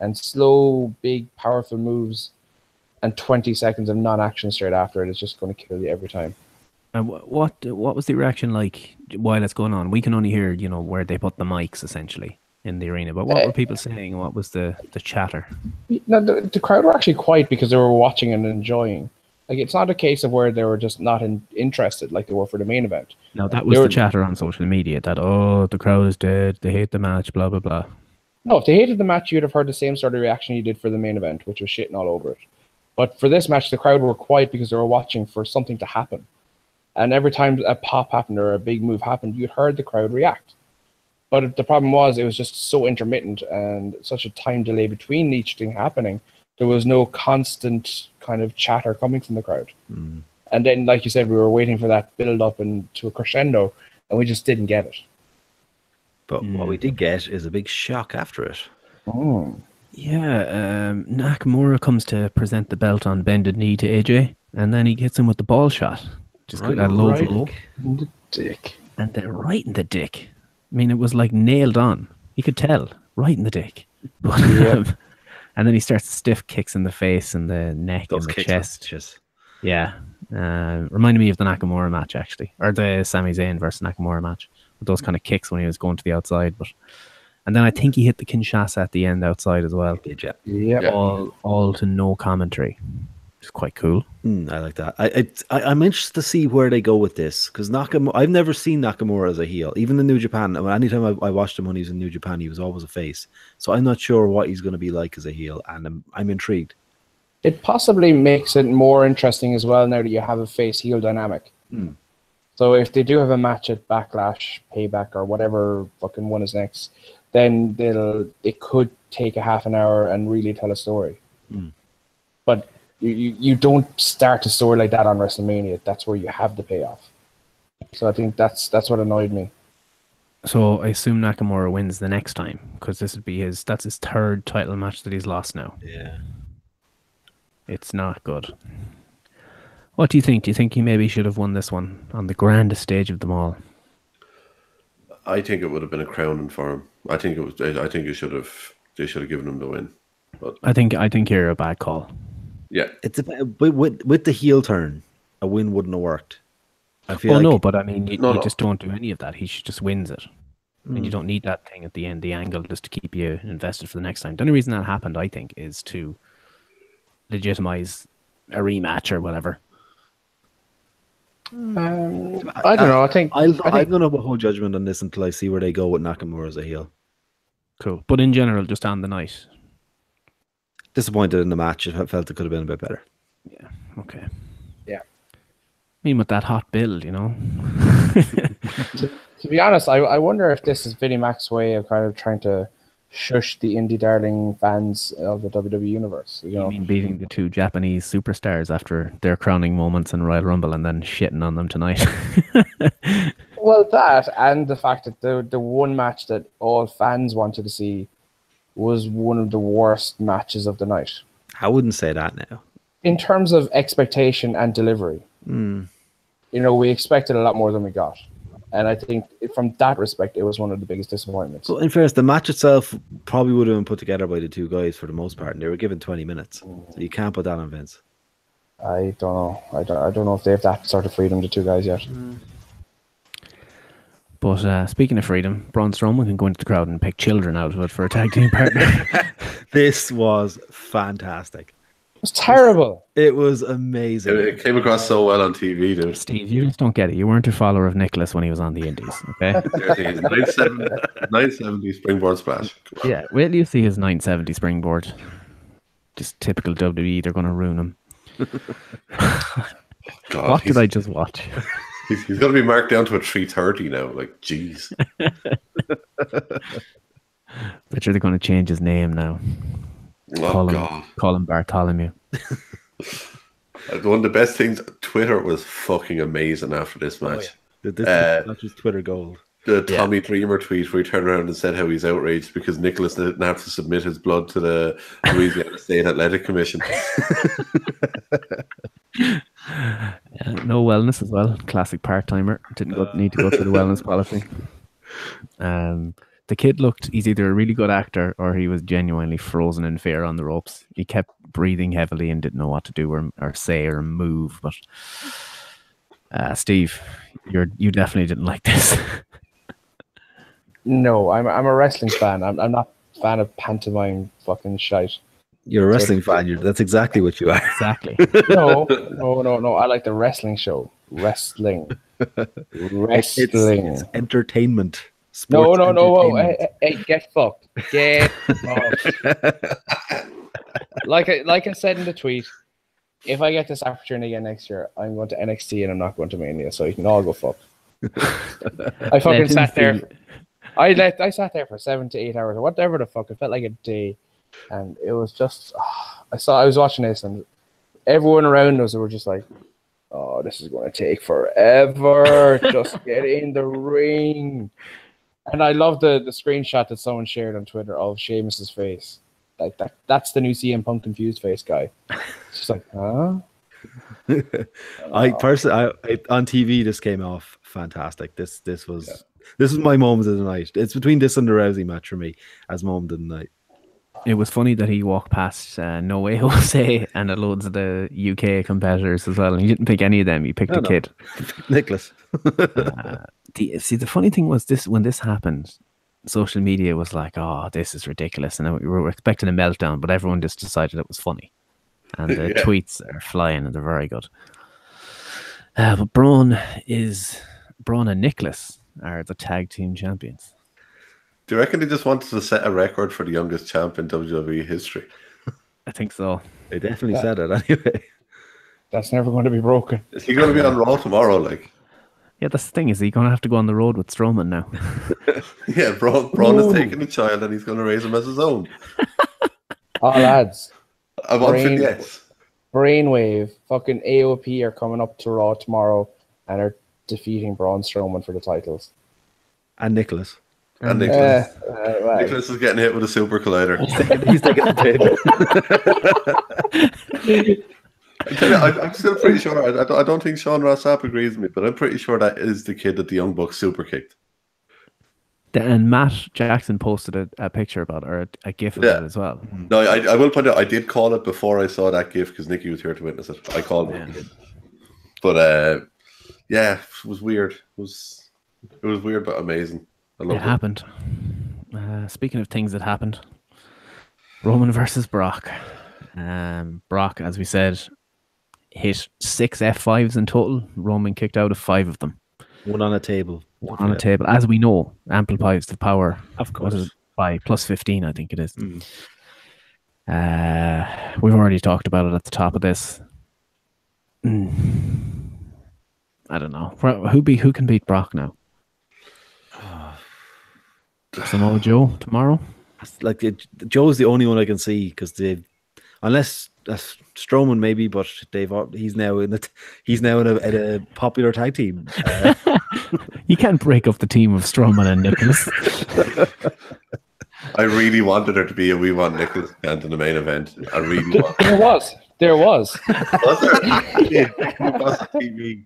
[SPEAKER 3] and slow, big, powerful moves, and twenty seconds of non-action straight after it is just going to kill you every time.
[SPEAKER 1] And wh- what what was the reaction like while it's going on? We can only hear you know where they put the mics essentially in the arena. But what
[SPEAKER 3] Uh,
[SPEAKER 1] were people saying? What was the the chatter?
[SPEAKER 3] No, the, the crowd were actually quiet because they were watching and enjoying. Like it's not a case of where they were just not in, interested, like they were for the main event.
[SPEAKER 1] No, that was
[SPEAKER 3] They
[SPEAKER 1] the
[SPEAKER 3] were-
[SPEAKER 1] chatter on social media that oh the crowd is dead, they hate the match, blah blah blah.
[SPEAKER 3] No, if they hated the match, you'd have heard the same sort of reaction you did for the main event, which was shitting all over it. But for this match, the crowd were quiet because they were watching for something to happen. And every time a pop happened or a big move happened, you heard the crowd react. But the problem was, it was just so intermittent and such a time delay between each thing happening. There was no constant kind of chatter coming from the crowd.
[SPEAKER 4] Hmm.
[SPEAKER 3] And then, like you said, we were waiting for that build up and to a crescendo, and we just didn't get it.
[SPEAKER 4] But what we did get is a big shock after it.
[SPEAKER 1] Yeah, um, Nakamura comes to present the belt on bended knee to AJ, and then he hits him with the ball shot, just
[SPEAKER 4] Right
[SPEAKER 1] right, a low
[SPEAKER 4] in the
[SPEAKER 1] blow,
[SPEAKER 3] Dick.
[SPEAKER 1] and then right in the dick. I mean, it was like nailed on. You could tell, right in the dick. But, um, and then he starts stiff kicks in the face and the neck
[SPEAKER 4] Those
[SPEAKER 1] and the
[SPEAKER 4] kicks.
[SPEAKER 1] chest.
[SPEAKER 4] Just,
[SPEAKER 1] Yeah. Uh, reminded me of the Nakamura match, actually, or the Sami Zayn versus Nakamura match with those kind of kicks when he was going to the outside. But and then I think he hit the Kinshasa at the end outside as well.
[SPEAKER 4] did you?
[SPEAKER 3] Yep.
[SPEAKER 1] All all to no commentary. It's quite cool.
[SPEAKER 4] Mm, I like that. I, it- I I'm interested to see where they go with this because Nakamura. I've never seen Nakamura as a heel, even in New Japan. I mean, anytime I, I watched him when he was in New Japan, he was always a face. So I'm not sure what he's going to be like as a heel, and I'm I'm intrigued.
[SPEAKER 3] It possibly makes it more interesting as well now that you have a face heel dynamic. So if they do have a match at Backlash, Payback, or whatever fucking one is next, then they'll it could take a half an hour and really tell a story. But you, you you don't start a story like that on WrestleMania. That's where you have the payoff. So I think that's that's what annoyed me.
[SPEAKER 1] So I assume Nakamura wins the next time because this would be his. That's his third title match that he's lost now.
[SPEAKER 4] Yeah.
[SPEAKER 1] It's not good. What do you think? Do you think he maybe should have won this one on the grandest stage of them all?
[SPEAKER 2] I think it would have been a crowning for him. I think it was. I I think it should have. They should have given him the win. But
[SPEAKER 1] I think I think you're a bad call.
[SPEAKER 2] yeah,
[SPEAKER 4] It's a, with, with with the heel turn, a win wouldn't have worked. I feel
[SPEAKER 1] Well,
[SPEAKER 4] like
[SPEAKER 1] no, but I mean, you,
[SPEAKER 2] No,
[SPEAKER 1] you
[SPEAKER 2] no.
[SPEAKER 1] just don't do any of that. He sh- just wins it, and you don't need that thing at the end, the angle, just to keep you invested for the next time. The only reason that happened, I think, is to legitimize a rematch or whatever.
[SPEAKER 4] Hmm.
[SPEAKER 3] Um, I don't know. I think
[SPEAKER 4] I'll,
[SPEAKER 3] I
[SPEAKER 4] I'm
[SPEAKER 3] think-
[SPEAKER 4] going to hold judgment on this until I see where they go with Nakamura as a heel.
[SPEAKER 1] Cool. But in general, just on the night.
[SPEAKER 4] Disappointed in the match. I felt it could have been a bit better.
[SPEAKER 1] Okay.
[SPEAKER 3] Yeah.
[SPEAKER 1] I mean, with that hot build, you know?
[SPEAKER 3] to be honest, I, I wonder if this is Vinnie Mac's way of kind of trying to shush the indie darling fans of the WWE universe. You know,
[SPEAKER 1] I mean, beating the two Japanese superstars after their crowning moments in Royal Rumble and then shitting on them tonight.
[SPEAKER 3] well that and the fact that the the one match that all fans wanted to see was one of the worst matches of the night
[SPEAKER 4] I wouldn't say that now.
[SPEAKER 3] in terms of expectation and delivery.
[SPEAKER 4] Hmm.
[SPEAKER 3] You know, we expected a lot more than we got. And I think from that respect, it was one of the biggest disappointments.
[SPEAKER 4] So, in fairness, the match itself probably would have been put together by the two guys for the most part, and they were given 20 minutes. So you can't put that on Vince.
[SPEAKER 3] I don't know. I don't, I don't know if they have that sort of freedom, the two guys yet.
[SPEAKER 1] but uh, speaking of freedom, Braun Strowman can go into the crowd and pick children out of it for a tag team partner.
[SPEAKER 4] This was fantastic.
[SPEAKER 3] It's terrible.
[SPEAKER 4] It was amazing.
[SPEAKER 2] It, it came across so well on TV, dude.
[SPEAKER 1] Steve, you just don't get it. You weren't a follower of Nicholas when he was on the Indies, okay?
[SPEAKER 2] 970, 970 springboard splash.
[SPEAKER 1] yeah, wait till you see his 970 springboard. Just typical WWE, they're going to ruin him.
[SPEAKER 2] God,
[SPEAKER 1] What
[SPEAKER 2] Oh, he's,
[SPEAKER 1] did I just watch?
[SPEAKER 2] he's, he's going to be marked down to a 330 now. Like, jeez.
[SPEAKER 1] Bet you they're going to change his name now.
[SPEAKER 2] Oh,
[SPEAKER 1] call him
[SPEAKER 2] God. Uh,
[SPEAKER 1] call him Bartholomew.
[SPEAKER 2] One of the best things, Twitter was fucking amazing after this match.
[SPEAKER 4] Th- This
[SPEAKER 2] Uh,
[SPEAKER 4] match was Twitter gold.
[SPEAKER 2] The Tommy Dreamer tweet where he turned around and said how he's outraged because Nicholas didn't have to submit his blood to the Louisiana State Athletic Commission.
[SPEAKER 1] Uh, no wellness as well. Classic part timer. Didn't go, need to go through the wellness policy. Um, the kid looked. He's either a really good actor or he was genuinely frozen in fear on the ropes. He kept breathing heavily and didn't know what to do or, or say or move. But uh, Steve, you're you definitely didn't like this.
[SPEAKER 3] No, I'm, I'm a wrestling fan. I'm, I'm not a fan of pantomime fucking shite.
[SPEAKER 4] You're a wrestling fan. You're, that's exactly what you are.
[SPEAKER 1] exactly.
[SPEAKER 3] No, no, no, no. I like the wrestling show. Wrestling.
[SPEAKER 4] It's,
[SPEAKER 3] Wrestling.
[SPEAKER 4] it's entertainment.
[SPEAKER 3] no,
[SPEAKER 4] Sports
[SPEAKER 3] no, no. Whoa,
[SPEAKER 4] entertainment.
[SPEAKER 3] hey, hey, hey, get fucked. Get fucked. like, I, like I said in the tweet, if I get this opportunity again next year, I'm going to NXT and I'm not going to Mania, so you can all go fuck. I fucking
[SPEAKER 1] Legends
[SPEAKER 3] sat there.
[SPEAKER 1] be-
[SPEAKER 3] I let I sat there for seven to eight hours or whatever the fuck. It felt like a day, and it was just. ah, I saw I was watching this, and everyone around us were just like, "Oh, this is going to take forever. just get in the ring." And I love the the screenshot that someone shared on Twitter of Sheamus's face. Like that, that's the new CM Punk confused face guy. It's just like, huh?
[SPEAKER 4] I
[SPEAKER 3] uh,
[SPEAKER 4] personally, I, I on TV, this came off fantastic. This this was this was my moment of the night. It's between this and the Rousey match for me as moment of the night.
[SPEAKER 1] It was funny that he walked past uh, No Way Jose and uh, loads of the UK competitors as well, and he didn't pick any of them. He picked
[SPEAKER 4] No,
[SPEAKER 1] the
[SPEAKER 4] no.
[SPEAKER 1] kid.
[SPEAKER 4] Nicholas,
[SPEAKER 1] the see the funny thing was this when this happened social media was like oh this is ridiculous and we were expecting a meltdown but everyone just decided it was funny and the
[SPEAKER 2] Yeah.
[SPEAKER 1] tweets are flying and they're very good uh, but braun is braun and nicholas are the tag team champions
[SPEAKER 2] Do you reckon they just wanted to set a record for the youngest champ in WWE history?
[SPEAKER 1] i think so
[SPEAKER 4] they definitely said it anyway.
[SPEAKER 3] That's never going to be broken.
[SPEAKER 2] Is he going to be on Raw tomorrow? Like,
[SPEAKER 1] yeah that's the thing is he gonna have to go on the road with Strowman now
[SPEAKER 2] yeah, Braun, Braun is taking a child and he's going to raise him as his own.
[SPEAKER 3] Oh, lads.
[SPEAKER 2] I want
[SPEAKER 3] Brain-
[SPEAKER 2] vignettes.
[SPEAKER 3] Brainwave, fucking AOP are coming up to Raw tomorrow and are defeating Braun Strowman for the titles.
[SPEAKER 4] And Nicholas,
[SPEAKER 2] And
[SPEAKER 3] Uh,
[SPEAKER 2] Nicholas.
[SPEAKER 3] uh, right.
[SPEAKER 2] Nicholas is getting hit with a super collider.
[SPEAKER 4] he's taking the pin.
[SPEAKER 2] I tell you, I, I'm still pretty sure. I, I don't- I don't think Sean Rossap agrees with me, but I'm pretty sure that is the kid that the Young Bucks super kicked.
[SPEAKER 1] and matt jackson posted a, a picture about it, or a, a gif of
[SPEAKER 2] Yeah.
[SPEAKER 1] it as well
[SPEAKER 2] No, I, I will point out, I did call it before I saw that gif because Nikki was here to witness it. I called it. But uh, yeah, it was weird. It was, it was weird, but amazing. I
[SPEAKER 1] It
[SPEAKER 2] love it.
[SPEAKER 1] happened. Uh, speaking of things that happened, Roman versus Brock. Um, Brock, as we said, hit six F5s in total. Roman kicked out of five of them
[SPEAKER 4] One on a table.
[SPEAKER 1] One on the table. As we know, amplifies the power
[SPEAKER 4] Of
[SPEAKER 1] what is it, by plus 15, I think it is.
[SPEAKER 4] Mm.
[SPEAKER 1] Uh, we've already talked about it at the top of this. Mm. I don't know. Wh- Who be, who can beat Brock now? Samoa Joe tomorrow?
[SPEAKER 4] Like it, Joe's the only one I can see because they, unless uh, Strowman maybe, but they've al- he's now in it. He's now in a, in a popular tag team. Uh,
[SPEAKER 1] You can't break up the team of Strowman and Nicholas.
[SPEAKER 2] I really wanted there to be a wee one Nicholas Kent in the main event. I really wanted.
[SPEAKER 5] There was. There was.
[SPEAKER 2] Was there? Yeah, it was on TV.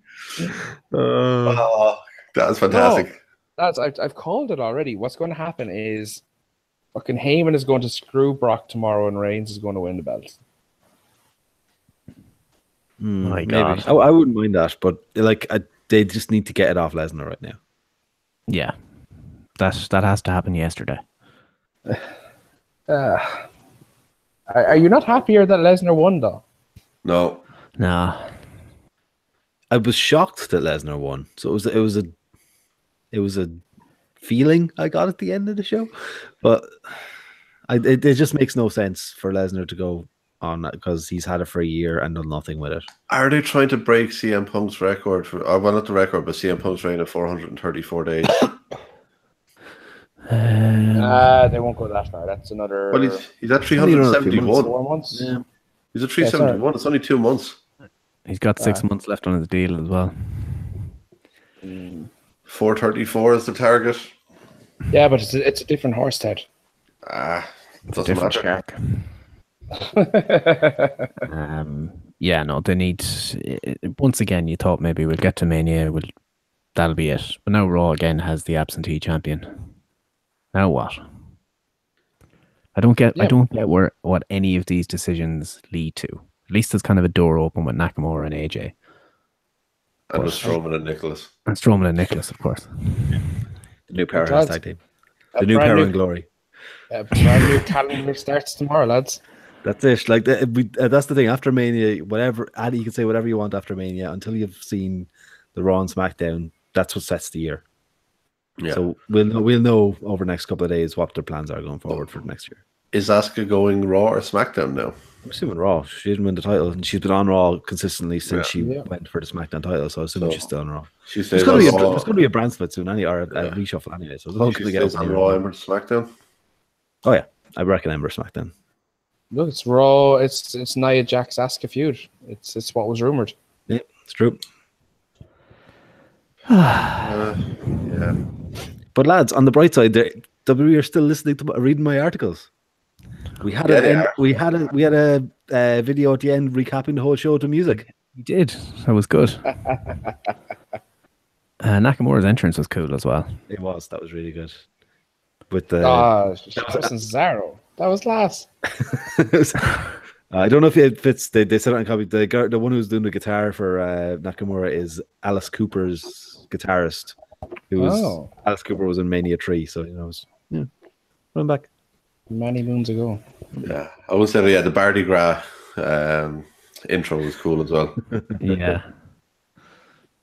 [SPEAKER 4] Uh,
[SPEAKER 2] Oh, that's fantastic.
[SPEAKER 5] That's I've, I've called it already. What's going to happen is fucking Heyman is going to screw Brock tomorrow and Reigns is going to win the belt.
[SPEAKER 4] hmm,
[SPEAKER 1] My
[SPEAKER 4] maybe.
[SPEAKER 1] God.
[SPEAKER 4] I, I wouldn't mind that, but like I, they just need to get it off Lesnar right now.
[SPEAKER 1] yeah. That's, that has to happen yesterday.
[SPEAKER 5] Uh, are, are you not happier that Lesnar won though?
[SPEAKER 2] No,
[SPEAKER 1] Nah.
[SPEAKER 4] I was shocked that Lesnar won. So it was it was a it was a feeling I got at the end of the show, but I, it, it just makes no sense for Lesnar to go on that because he's had it for a year and done nothing with it.
[SPEAKER 2] Are they trying to break CM Punk's record for? Uh, well, not the record, but CM Punk's reign of 434 days.
[SPEAKER 1] Um,
[SPEAKER 5] Uh, they won't go that far. That's another
[SPEAKER 2] well, he's he's at
[SPEAKER 5] four
[SPEAKER 2] 371.
[SPEAKER 5] months.
[SPEAKER 2] He's at
[SPEAKER 5] Yeah, sorry.
[SPEAKER 2] 371. It's only two months.
[SPEAKER 1] he's got six months left on his deal as well.
[SPEAKER 2] 434 is the target.
[SPEAKER 5] Yeah, but it's a, it's a different horse, Ted.
[SPEAKER 2] Ah, doesn't
[SPEAKER 1] Different
[SPEAKER 2] matter.
[SPEAKER 1] shark. Um, yeah, no, they need. i- i- Once again, you thought maybe we'll get to Mania, we'll that'll be it. But now Raw again has the absentee champion. Now what? I don't get. I
[SPEAKER 5] Yeah.
[SPEAKER 1] don't get where what any of these decisions lead to. At least there's kind of a door open with Nakamura and AJ
[SPEAKER 2] And with Strowman and Nicholas.
[SPEAKER 1] and Strowman and Nicholas, of course.
[SPEAKER 4] The new power
[SPEAKER 5] does.
[SPEAKER 4] tag team,
[SPEAKER 5] A
[SPEAKER 4] the new
[SPEAKER 5] brand
[SPEAKER 4] power
[SPEAKER 5] new-
[SPEAKER 4] and glory.
[SPEAKER 5] A Uh, brand new calendar starts tomorrow, lads.
[SPEAKER 4] That's it. Like that, we, uh, that's the thing. After Mania, whatever Addy, you can say whatever you want after Mania until you've seen the Raw and SmackDown. That's what sets the year.
[SPEAKER 2] Yeah.
[SPEAKER 4] So we'll know, we'll know over the next couple of days what their plans are going forward for next year.
[SPEAKER 2] Is Asuka going Raw or SmackDown now?
[SPEAKER 4] I'm assuming Raw. She didn't win the title, and she's been on Raw consistently since she
[SPEAKER 5] Yeah.
[SPEAKER 4] went for the SmackDown title. So I assume
[SPEAKER 2] So-
[SPEAKER 4] she's still on Raw.
[SPEAKER 2] She
[SPEAKER 4] There's
[SPEAKER 2] stays
[SPEAKER 4] going to
[SPEAKER 2] on
[SPEAKER 4] be a,
[SPEAKER 2] Raw.
[SPEAKER 4] there's going to be a brand split soon, any or a, a
[SPEAKER 2] Yeah.
[SPEAKER 4] reshuffle anyway. So as long as
[SPEAKER 2] She
[SPEAKER 4] they get
[SPEAKER 2] stays
[SPEAKER 4] over
[SPEAKER 2] on
[SPEAKER 4] the-
[SPEAKER 2] Raw and SmackDown.
[SPEAKER 4] Oh yeah, I reckon Ember SmackDown.
[SPEAKER 5] Look, it's Raw. It's it's Nia Jax Asuka feud. It's it's what was rumored.
[SPEAKER 4] Yeah, it's true.
[SPEAKER 2] Uh, yeah.
[SPEAKER 4] But lads, on the bright side, there- WWE are still listening to my- reading my articles. We had
[SPEAKER 2] Yeah,
[SPEAKER 4] a
[SPEAKER 2] they
[SPEAKER 4] end,
[SPEAKER 2] are.
[SPEAKER 4] we had a we had a uh, video at the end recapping the whole show to music.
[SPEAKER 1] He did. That was good. uh, Nakamura's entrance was cool as well.
[SPEAKER 4] It was that was really good. With the
[SPEAKER 5] Ah, Justin Cesaro. That was last.
[SPEAKER 4] I don't know if it fits. They, they said it on copy. The, guy- the one who's doing the guitar for uh, Nakamura is Alice Cooper's guitarist. Who was
[SPEAKER 5] Oh.
[SPEAKER 4] Alice Cooper was in Mania Tree, so you know. It's, yeah, run back.
[SPEAKER 5] Many moons ago.
[SPEAKER 2] Yeah. I would say, yeah, the Bardi Gras um, intro was cool as well.
[SPEAKER 1] Yeah.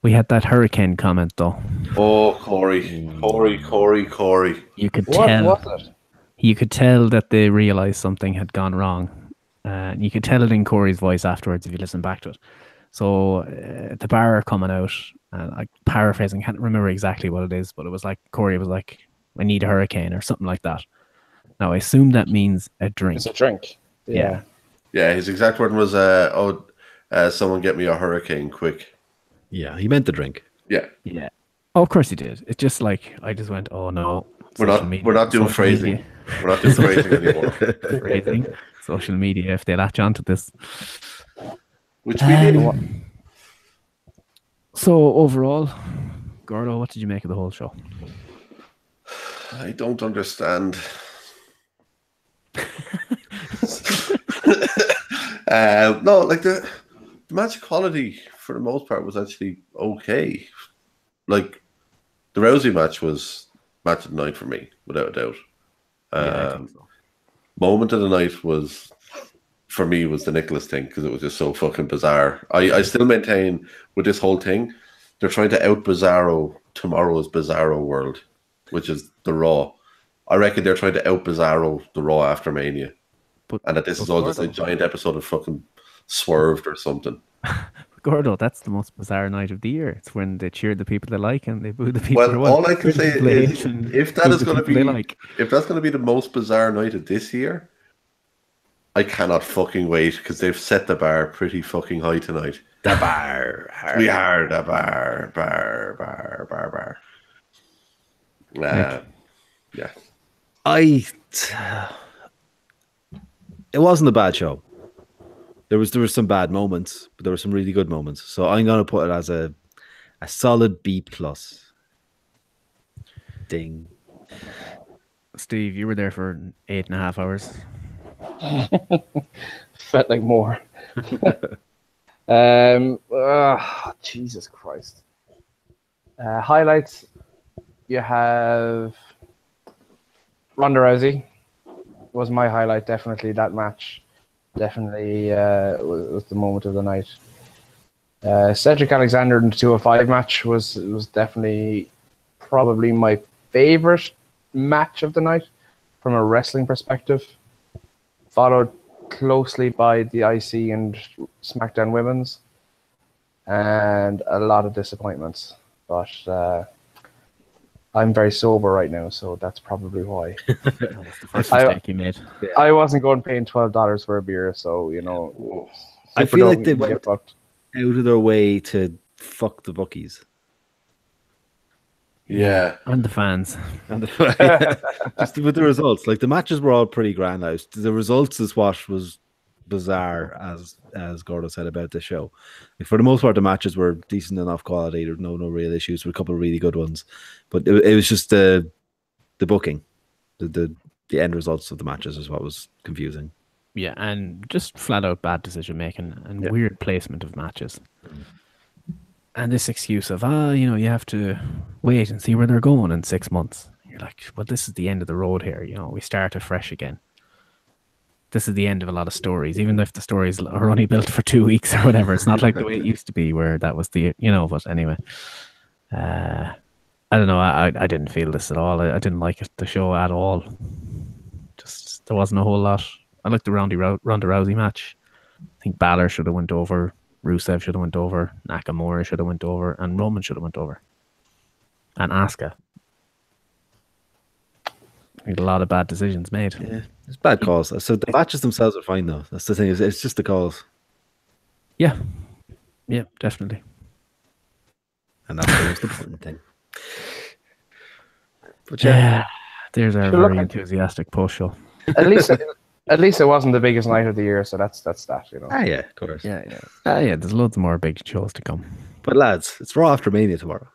[SPEAKER 1] we had that hurricane comment though.
[SPEAKER 2] oh, Corey. Corey, Corey, Corey.
[SPEAKER 1] You could
[SPEAKER 5] What
[SPEAKER 1] tell.
[SPEAKER 5] was it?
[SPEAKER 1] you could tell that they realized something had gone wrong. Uh, you could tell it in Corey's voice afterwards if you listen back to it. So uh, the bar coming out, and like paraphrasing, can't remember exactly what it is, but it was like Corey was like, "I need a hurricane" or something like that. Now I assume that means a drink.
[SPEAKER 5] It's a drink.
[SPEAKER 1] Yeah.
[SPEAKER 2] Yeah, his exact word was, uh, oh, uh, someone get me a hurricane quick.
[SPEAKER 4] Yeah, he meant the drink.
[SPEAKER 2] Yeah.
[SPEAKER 1] Yeah. Oh, of course he did. It's just like I just went, "Oh no."
[SPEAKER 2] We're
[SPEAKER 1] social
[SPEAKER 2] not,
[SPEAKER 1] media-
[SPEAKER 2] we're not doing
[SPEAKER 1] social
[SPEAKER 2] phrasing.
[SPEAKER 1] media-
[SPEAKER 2] We're not doing phrasing anymore.
[SPEAKER 1] phrasing, social media. If they latch onto this,
[SPEAKER 2] Which we did.
[SPEAKER 1] So overall, Gordo, what did you make of the whole show?
[SPEAKER 2] I don't understand. uh, no, like the, the match quality for the most part was actually okay. Like the Rousey match was match of the night for me, without a doubt. Um, Moment of the night was for me was the Nicholas thing because it was just so fucking bizarre. I, I still maintain with this whole thing, they're trying to out Bizarro tomorrow's Bizarro world, which is the Raw. I reckon they're trying to out Bizarro the Raw after Mania,
[SPEAKER 1] But-
[SPEAKER 2] and that this is all just a giant episode of fucking swerved or something.
[SPEAKER 1] Gordo, that's the most bizarre night of the year. It's when they cheer the people they like and they boo the people they
[SPEAKER 2] Well,
[SPEAKER 1] want.
[SPEAKER 2] all I can say is if that
[SPEAKER 1] boo
[SPEAKER 2] is
[SPEAKER 1] the
[SPEAKER 2] going to
[SPEAKER 1] people they
[SPEAKER 2] be
[SPEAKER 1] like.
[SPEAKER 2] if that's going to be the most bizarre night of this year, I cannot fucking wait because they've set the bar pretty fucking high tonight. The bar, we are the bar, bar, bar, bar, bar. Uh, yeah,
[SPEAKER 4] I. It wasn't a bad show. There was there were some bad moments, but there were some really good moments. So I'm gonna put it as a a solid B plus. Ding.
[SPEAKER 1] Steve, you were there for eight and a half hours.
[SPEAKER 3] felt like more.
[SPEAKER 7] Um, ah, Jesus Christ. Uh, highlights.
[SPEAKER 3] You have Ronda Rousey was my highlight. Definitely that match. Definitely uh, was, was the moment of the night. Uh, Cedric Alexander and the 205 match was was definitely probably my favorite match of the night from a wrestling perspective. Followed closely by the IC and SmackDown Women's, and a lot of disappointments. But uh, I'm very sober right now, so that's probably why.
[SPEAKER 1] That's the first
[SPEAKER 3] I-
[SPEAKER 1] mistake you made.
[SPEAKER 3] I wasn't going paying twelve dollars for a beer, so you know.
[SPEAKER 4] I feel like
[SPEAKER 3] Superdome,
[SPEAKER 4] they
[SPEAKER 3] you get
[SPEAKER 4] went-
[SPEAKER 3] fucked.
[SPEAKER 4] Out of their way to fuck the bookies.
[SPEAKER 2] yeah.
[SPEAKER 1] And the fans.
[SPEAKER 4] And the, just with the results, like the matches were all pretty grand out. The results is what was bizarre, as as Gordo said about the show. Like, for the most part, the matches were decent enough quality. There were no no real issues. There were a couple of really good ones, but it, it was just the the booking, the, the the end results of the matches is what was confusing.
[SPEAKER 1] Yeah, and just flat out bad decision making and
[SPEAKER 4] Yeah.
[SPEAKER 1] weird placement of matches. And this excuse of, ah, you know, you have to wait and see where they're going in six months. You're like, well, this is the end of the road here. You know, we start afresh again. This is the end of a lot of stories, even if the stories are only built for two weeks or whatever. It's not like the way it used to be, where that was the, you know, but anyway. Uh, I don't know. I, I I didn't feel this at all. I, I didn't like it, the show at all. Just there wasn't a whole lot. I liked the Ronda, Rou- Ronda Rousey match. I think Balor should have went over. Rusev should have went over. Nakamura should have went over, and Roman should have went over. And Asuka. I think a lot of bad decisions made. Yeah,
[SPEAKER 4] It's bad calls. So the matches themselves are fine though. That's the thing. Is it's just the calls,
[SPEAKER 1] yeah, definitely.
[SPEAKER 4] and that's the most important thing. But yeah,
[SPEAKER 1] Yeah, there's our
[SPEAKER 3] Sure, look,
[SPEAKER 1] very
[SPEAKER 3] I-
[SPEAKER 1] enthusiastic post show.
[SPEAKER 3] At least, at least it wasn't the biggest night of the year, so that's that's that. You know.
[SPEAKER 4] ah yeah, of course.
[SPEAKER 1] Yeah, yeah, ah, yeah. There's loads more big shows to come.
[SPEAKER 4] But lads, it's Raw after Mania tomorrow.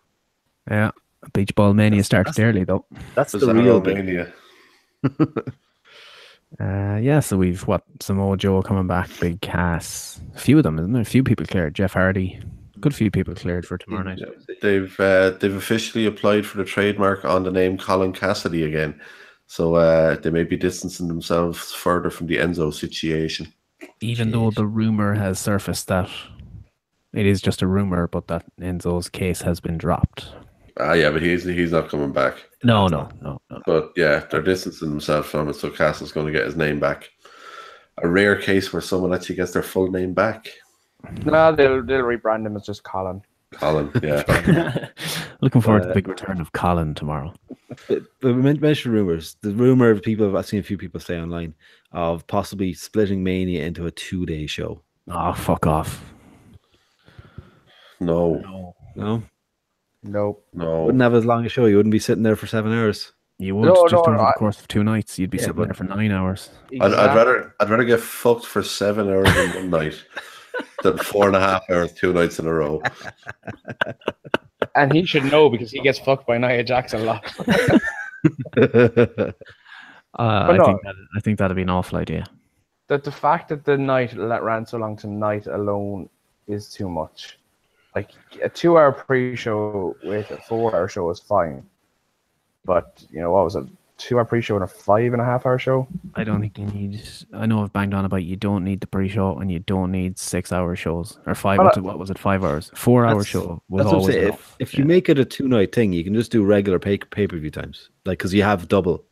[SPEAKER 1] Yeah, Beach Ball Mania started early though.
[SPEAKER 4] That's the
[SPEAKER 2] Bizarro
[SPEAKER 4] real big
[SPEAKER 2] Mania.
[SPEAKER 1] Uh, yeah, so we've what Samoa Joe coming back, Big Cass, a few of them, isn't there? A few people cleared. Jeff Hardy, good few people cleared for tomorrow night.
[SPEAKER 2] They've uh, they've officially applied for the trademark on the name Colin Cassidy again, so uh, they may be distancing themselves further from the Enzo situation.
[SPEAKER 1] Even though the rumor has surfaced that it is just a rumor, but that Enzo's case has been dropped.
[SPEAKER 2] Ah, yeah, but he's he's not coming back.
[SPEAKER 1] No, no, no, no.
[SPEAKER 2] But yeah, they're distancing themselves from it, so Castle's going to get his name back. A rare case where someone actually gets their full name back.
[SPEAKER 3] No, they'll they'll rebrand him as just Colin.
[SPEAKER 2] Colin, yeah.
[SPEAKER 1] Looking forward to
[SPEAKER 4] Uh,
[SPEAKER 1] the big return of Colin tomorrow.
[SPEAKER 4] But but we men- mentioned rumors. The rumor of people I've seen a few people say online of possibly splitting Mania into a two-day show.
[SPEAKER 1] Oh, fuck off.
[SPEAKER 2] no,
[SPEAKER 4] No,
[SPEAKER 3] Nope.
[SPEAKER 2] no.
[SPEAKER 4] wouldn't have as long a show. You wouldn't be sitting there for seven hours.
[SPEAKER 1] You would
[SPEAKER 3] No,
[SPEAKER 1] just
[SPEAKER 3] no,
[SPEAKER 1] over the
[SPEAKER 3] I-
[SPEAKER 1] course of two nights. You'd be
[SPEAKER 4] Yeah,
[SPEAKER 1] sitting
[SPEAKER 4] but-
[SPEAKER 1] there for nine hours.
[SPEAKER 2] I'd, I'd rather I'd rather get fucked for seven hours in one night than four and a half hours two nights in a row.
[SPEAKER 3] And he should know because he gets fucked by Nia Jackson a lot.
[SPEAKER 4] yeah,
[SPEAKER 1] Uh,
[SPEAKER 3] But
[SPEAKER 1] I,
[SPEAKER 3] no.
[SPEAKER 1] think that, I think that'd be an awful idea.
[SPEAKER 3] that the fact that the night that ran so long tonight alone is too much. Like a two-hour pre-show with a four-hour show is fine, but you know what was it?
[SPEAKER 5] two hour pre show and a five and a half hour show.
[SPEAKER 1] I don't think you need. I know I've banged on about you don't need the pre-show and you don't need six-hour shows or five.
[SPEAKER 5] Well,
[SPEAKER 1] what, what was it? Five hours. Four-hour
[SPEAKER 4] That's-
[SPEAKER 1] show was
[SPEAKER 4] That's what I'm
[SPEAKER 1] always
[SPEAKER 4] saying. If,
[SPEAKER 1] enough.
[SPEAKER 4] if
[SPEAKER 1] Yeah.
[SPEAKER 4] you make it a two night thing, you can just do regular pay pay per view times, like because you have double.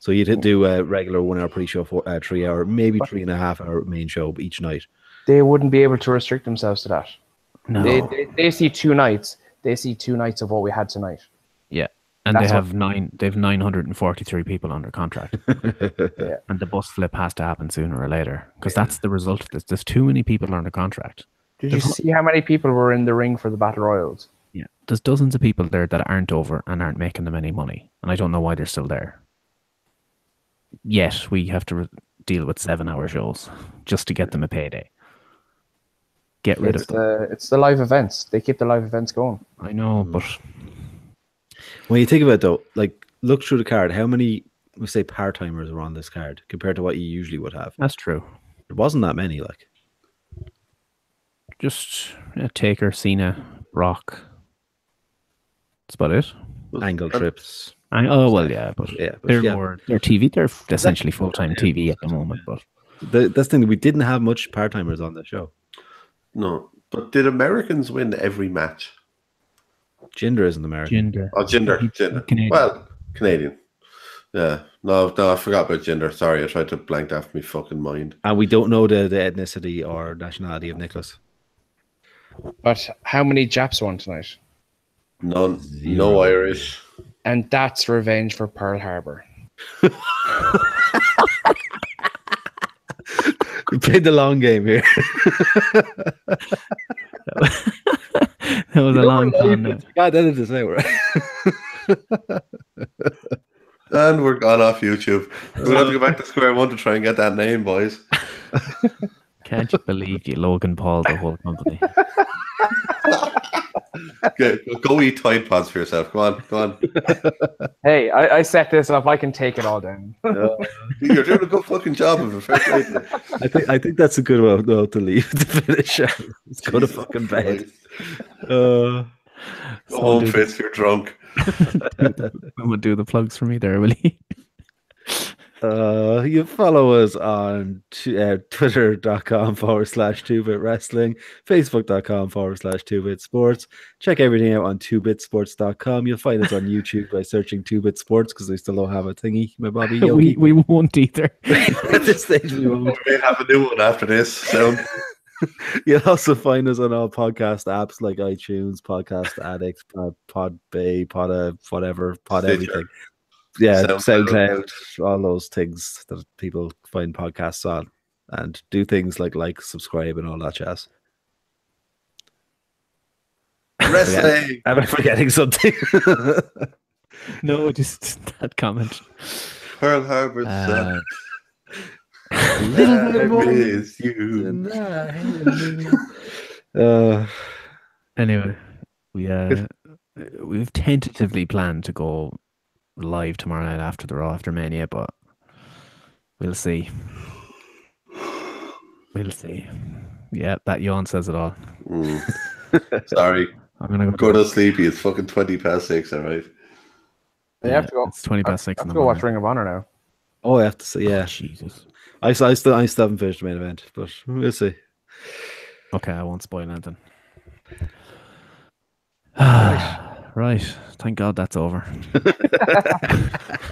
[SPEAKER 4] So you'd hit- do a regular one hour pre show, for uh, three hour, maybe three and a half hour main show each night.
[SPEAKER 5] They wouldn't be able to restrict themselves to that.
[SPEAKER 1] no,
[SPEAKER 5] They, they, they see two nights. They see two nights of what we had tonight.
[SPEAKER 1] yeah, and they
[SPEAKER 5] that's what-
[SPEAKER 1] have nine. They have nine hundred and forty-three people under contract,
[SPEAKER 5] Yeah.
[SPEAKER 1] and the bus flip has to happen sooner or later because that's the result of this. There's too many people under contract.
[SPEAKER 5] Did you see how many people were in the ring for the Battle Royals?
[SPEAKER 1] Yeah, there's dozens of people there that aren't over and aren't making them any money, and I don't know why they're still there. Yet we have to re- deal with seven-hour shows just to get them a payday. Get rid
[SPEAKER 5] It's
[SPEAKER 1] of them.
[SPEAKER 5] the, it's the live events. They keep the live events going.
[SPEAKER 1] I
[SPEAKER 4] Mm.
[SPEAKER 1] know, but
[SPEAKER 4] When you think about it, though, like look through the card, how many we say part timers were on this card compared to what you usually would have?
[SPEAKER 1] that's true.
[SPEAKER 4] It wasn't that many, like
[SPEAKER 1] Just yeah, Taker, Cena, Rock. That's about it.
[SPEAKER 4] angle trips.
[SPEAKER 1] I, oh well, yeah, but
[SPEAKER 4] Yeah, but
[SPEAKER 1] they're
[SPEAKER 4] yeah.
[SPEAKER 1] more they're TV. They're f- essentially full-time TV at the moment. But
[SPEAKER 4] The, that's the thing we didn't have much part timers on the show.
[SPEAKER 2] No, but did Americans win every match?
[SPEAKER 4] Jinder isn't American.
[SPEAKER 1] gender,
[SPEAKER 2] Oh, gender, gender.
[SPEAKER 1] Canadian.
[SPEAKER 2] Well, Canadian. Yeah. No, no, I forgot about gender. Sorry, I tried to blank that from my fucking mind.
[SPEAKER 4] And we don't know the, the ethnicity or nationality of Nicholas.
[SPEAKER 5] But how many Japs won tonight?
[SPEAKER 2] None. No Irish.
[SPEAKER 5] And that's revenge for Pearl Harbor.
[SPEAKER 4] We played the long game here.
[SPEAKER 1] that was a long time. now.
[SPEAKER 4] God, that is out, right?
[SPEAKER 2] And we're gone off YouTube. We're gonna have to go back to square one to try and get that name, boys.
[SPEAKER 1] Can't you believe you, Logan Paul, the whole company?
[SPEAKER 2] Go, go eat Tide Pods for yourself. Go on, go on.
[SPEAKER 5] Hey, I, I set this up. I can take it all down.
[SPEAKER 2] You're doing a good fucking job of it. Fair play to you.
[SPEAKER 4] I think I think that's a good one though, to leave to finish. Let's go to fucking bed. Uh,
[SPEAKER 2] Go home, Fitz. You're drunk.
[SPEAKER 1] Someone would do the plugs for me there, will he?
[SPEAKER 4] uh, you follow us on t- uh, twitter.com forward slash 2-bit wrestling, facebook.com forward slash 2-bit sports. Check everything out on 2bitsports.com. You'll find us on YouTube by searching 2-bit sports because we still don't have a thingy. My Bobby
[SPEAKER 1] we
[SPEAKER 4] Yogi.
[SPEAKER 1] we won't either.
[SPEAKER 4] At this stage, we won't.
[SPEAKER 2] We may have a new one after this. So
[SPEAKER 4] You'll also find us on all podcast apps like iTunes, Podcast Addict, Pod, Pod Bay, Pod, uh, whatever, Pod
[SPEAKER 2] Stitcher.
[SPEAKER 4] everything. Yeah,
[SPEAKER 2] SoundCloud.
[SPEAKER 4] SoundCloud, all those things that people find podcasts on, and do things like like, subscribe, and all that jazz.
[SPEAKER 2] wrestling.
[SPEAKER 4] Am I forgetting something?
[SPEAKER 1] No, just that comment.
[SPEAKER 2] Pearl Harbor.
[SPEAKER 1] Uh,
[SPEAKER 2] sucks.
[SPEAKER 4] little bit
[SPEAKER 2] I
[SPEAKER 4] more
[SPEAKER 2] miss you.
[SPEAKER 4] than that. uh,
[SPEAKER 1] anyway, we uh, we've tentatively planned to go live tomorrow night after the Raw after Mania, but we'll see. We'll see. Yeah, that yawn says it all.
[SPEAKER 2] Mm. Sorry,
[SPEAKER 1] I'm gonna go.
[SPEAKER 2] go to sleepy. It's fucking twenty past six. All right.
[SPEAKER 5] You have to go.
[SPEAKER 1] It's twenty past
[SPEAKER 5] I
[SPEAKER 1] six.
[SPEAKER 5] have
[SPEAKER 1] in
[SPEAKER 5] to
[SPEAKER 1] the
[SPEAKER 5] go watch Ring
[SPEAKER 1] morning.
[SPEAKER 5] of Honor now.
[SPEAKER 4] oh, I have to say, yeah,
[SPEAKER 1] Jesus.
[SPEAKER 4] I, s- I still, I still haven't finished the main event, but we'll see.
[SPEAKER 1] Okay, I won't spoil anything. right. Thank God that's over.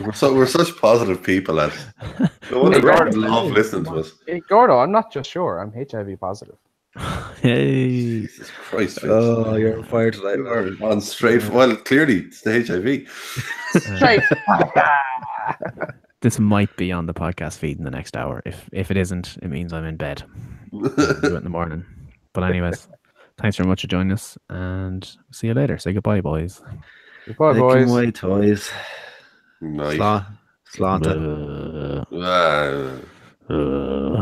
[SPEAKER 2] We're so we're such positive people. At no wonder
[SPEAKER 5] Hey,
[SPEAKER 2] God
[SPEAKER 5] Gordon.
[SPEAKER 2] love listening to us.
[SPEAKER 5] Hey, Gordo, I'm not just sure. I'm HIV positive.
[SPEAKER 1] Hey.
[SPEAKER 2] Jesus Christ! Vince.
[SPEAKER 4] Oh, you're on fire tonight.
[SPEAKER 2] You
[SPEAKER 4] man.
[SPEAKER 2] are on straight. Well, clearly it's the HIV.
[SPEAKER 1] This might be on the podcast feed in the next hour. If if it isn't, it means I'm in bed. I'll do it in the morning. But anyways, thanks very much for joining us and see you later. Say goodbye, boys.
[SPEAKER 5] Goodbye,
[SPEAKER 4] Taking
[SPEAKER 5] boys.
[SPEAKER 4] away toys.
[SPEAKER 2] nice.
[SPEAKER 4] Slant. Slanted.
[SPEAKER 1] Uh,
[SPEAKER 2] Ah.
[SPEAKER 1] uh.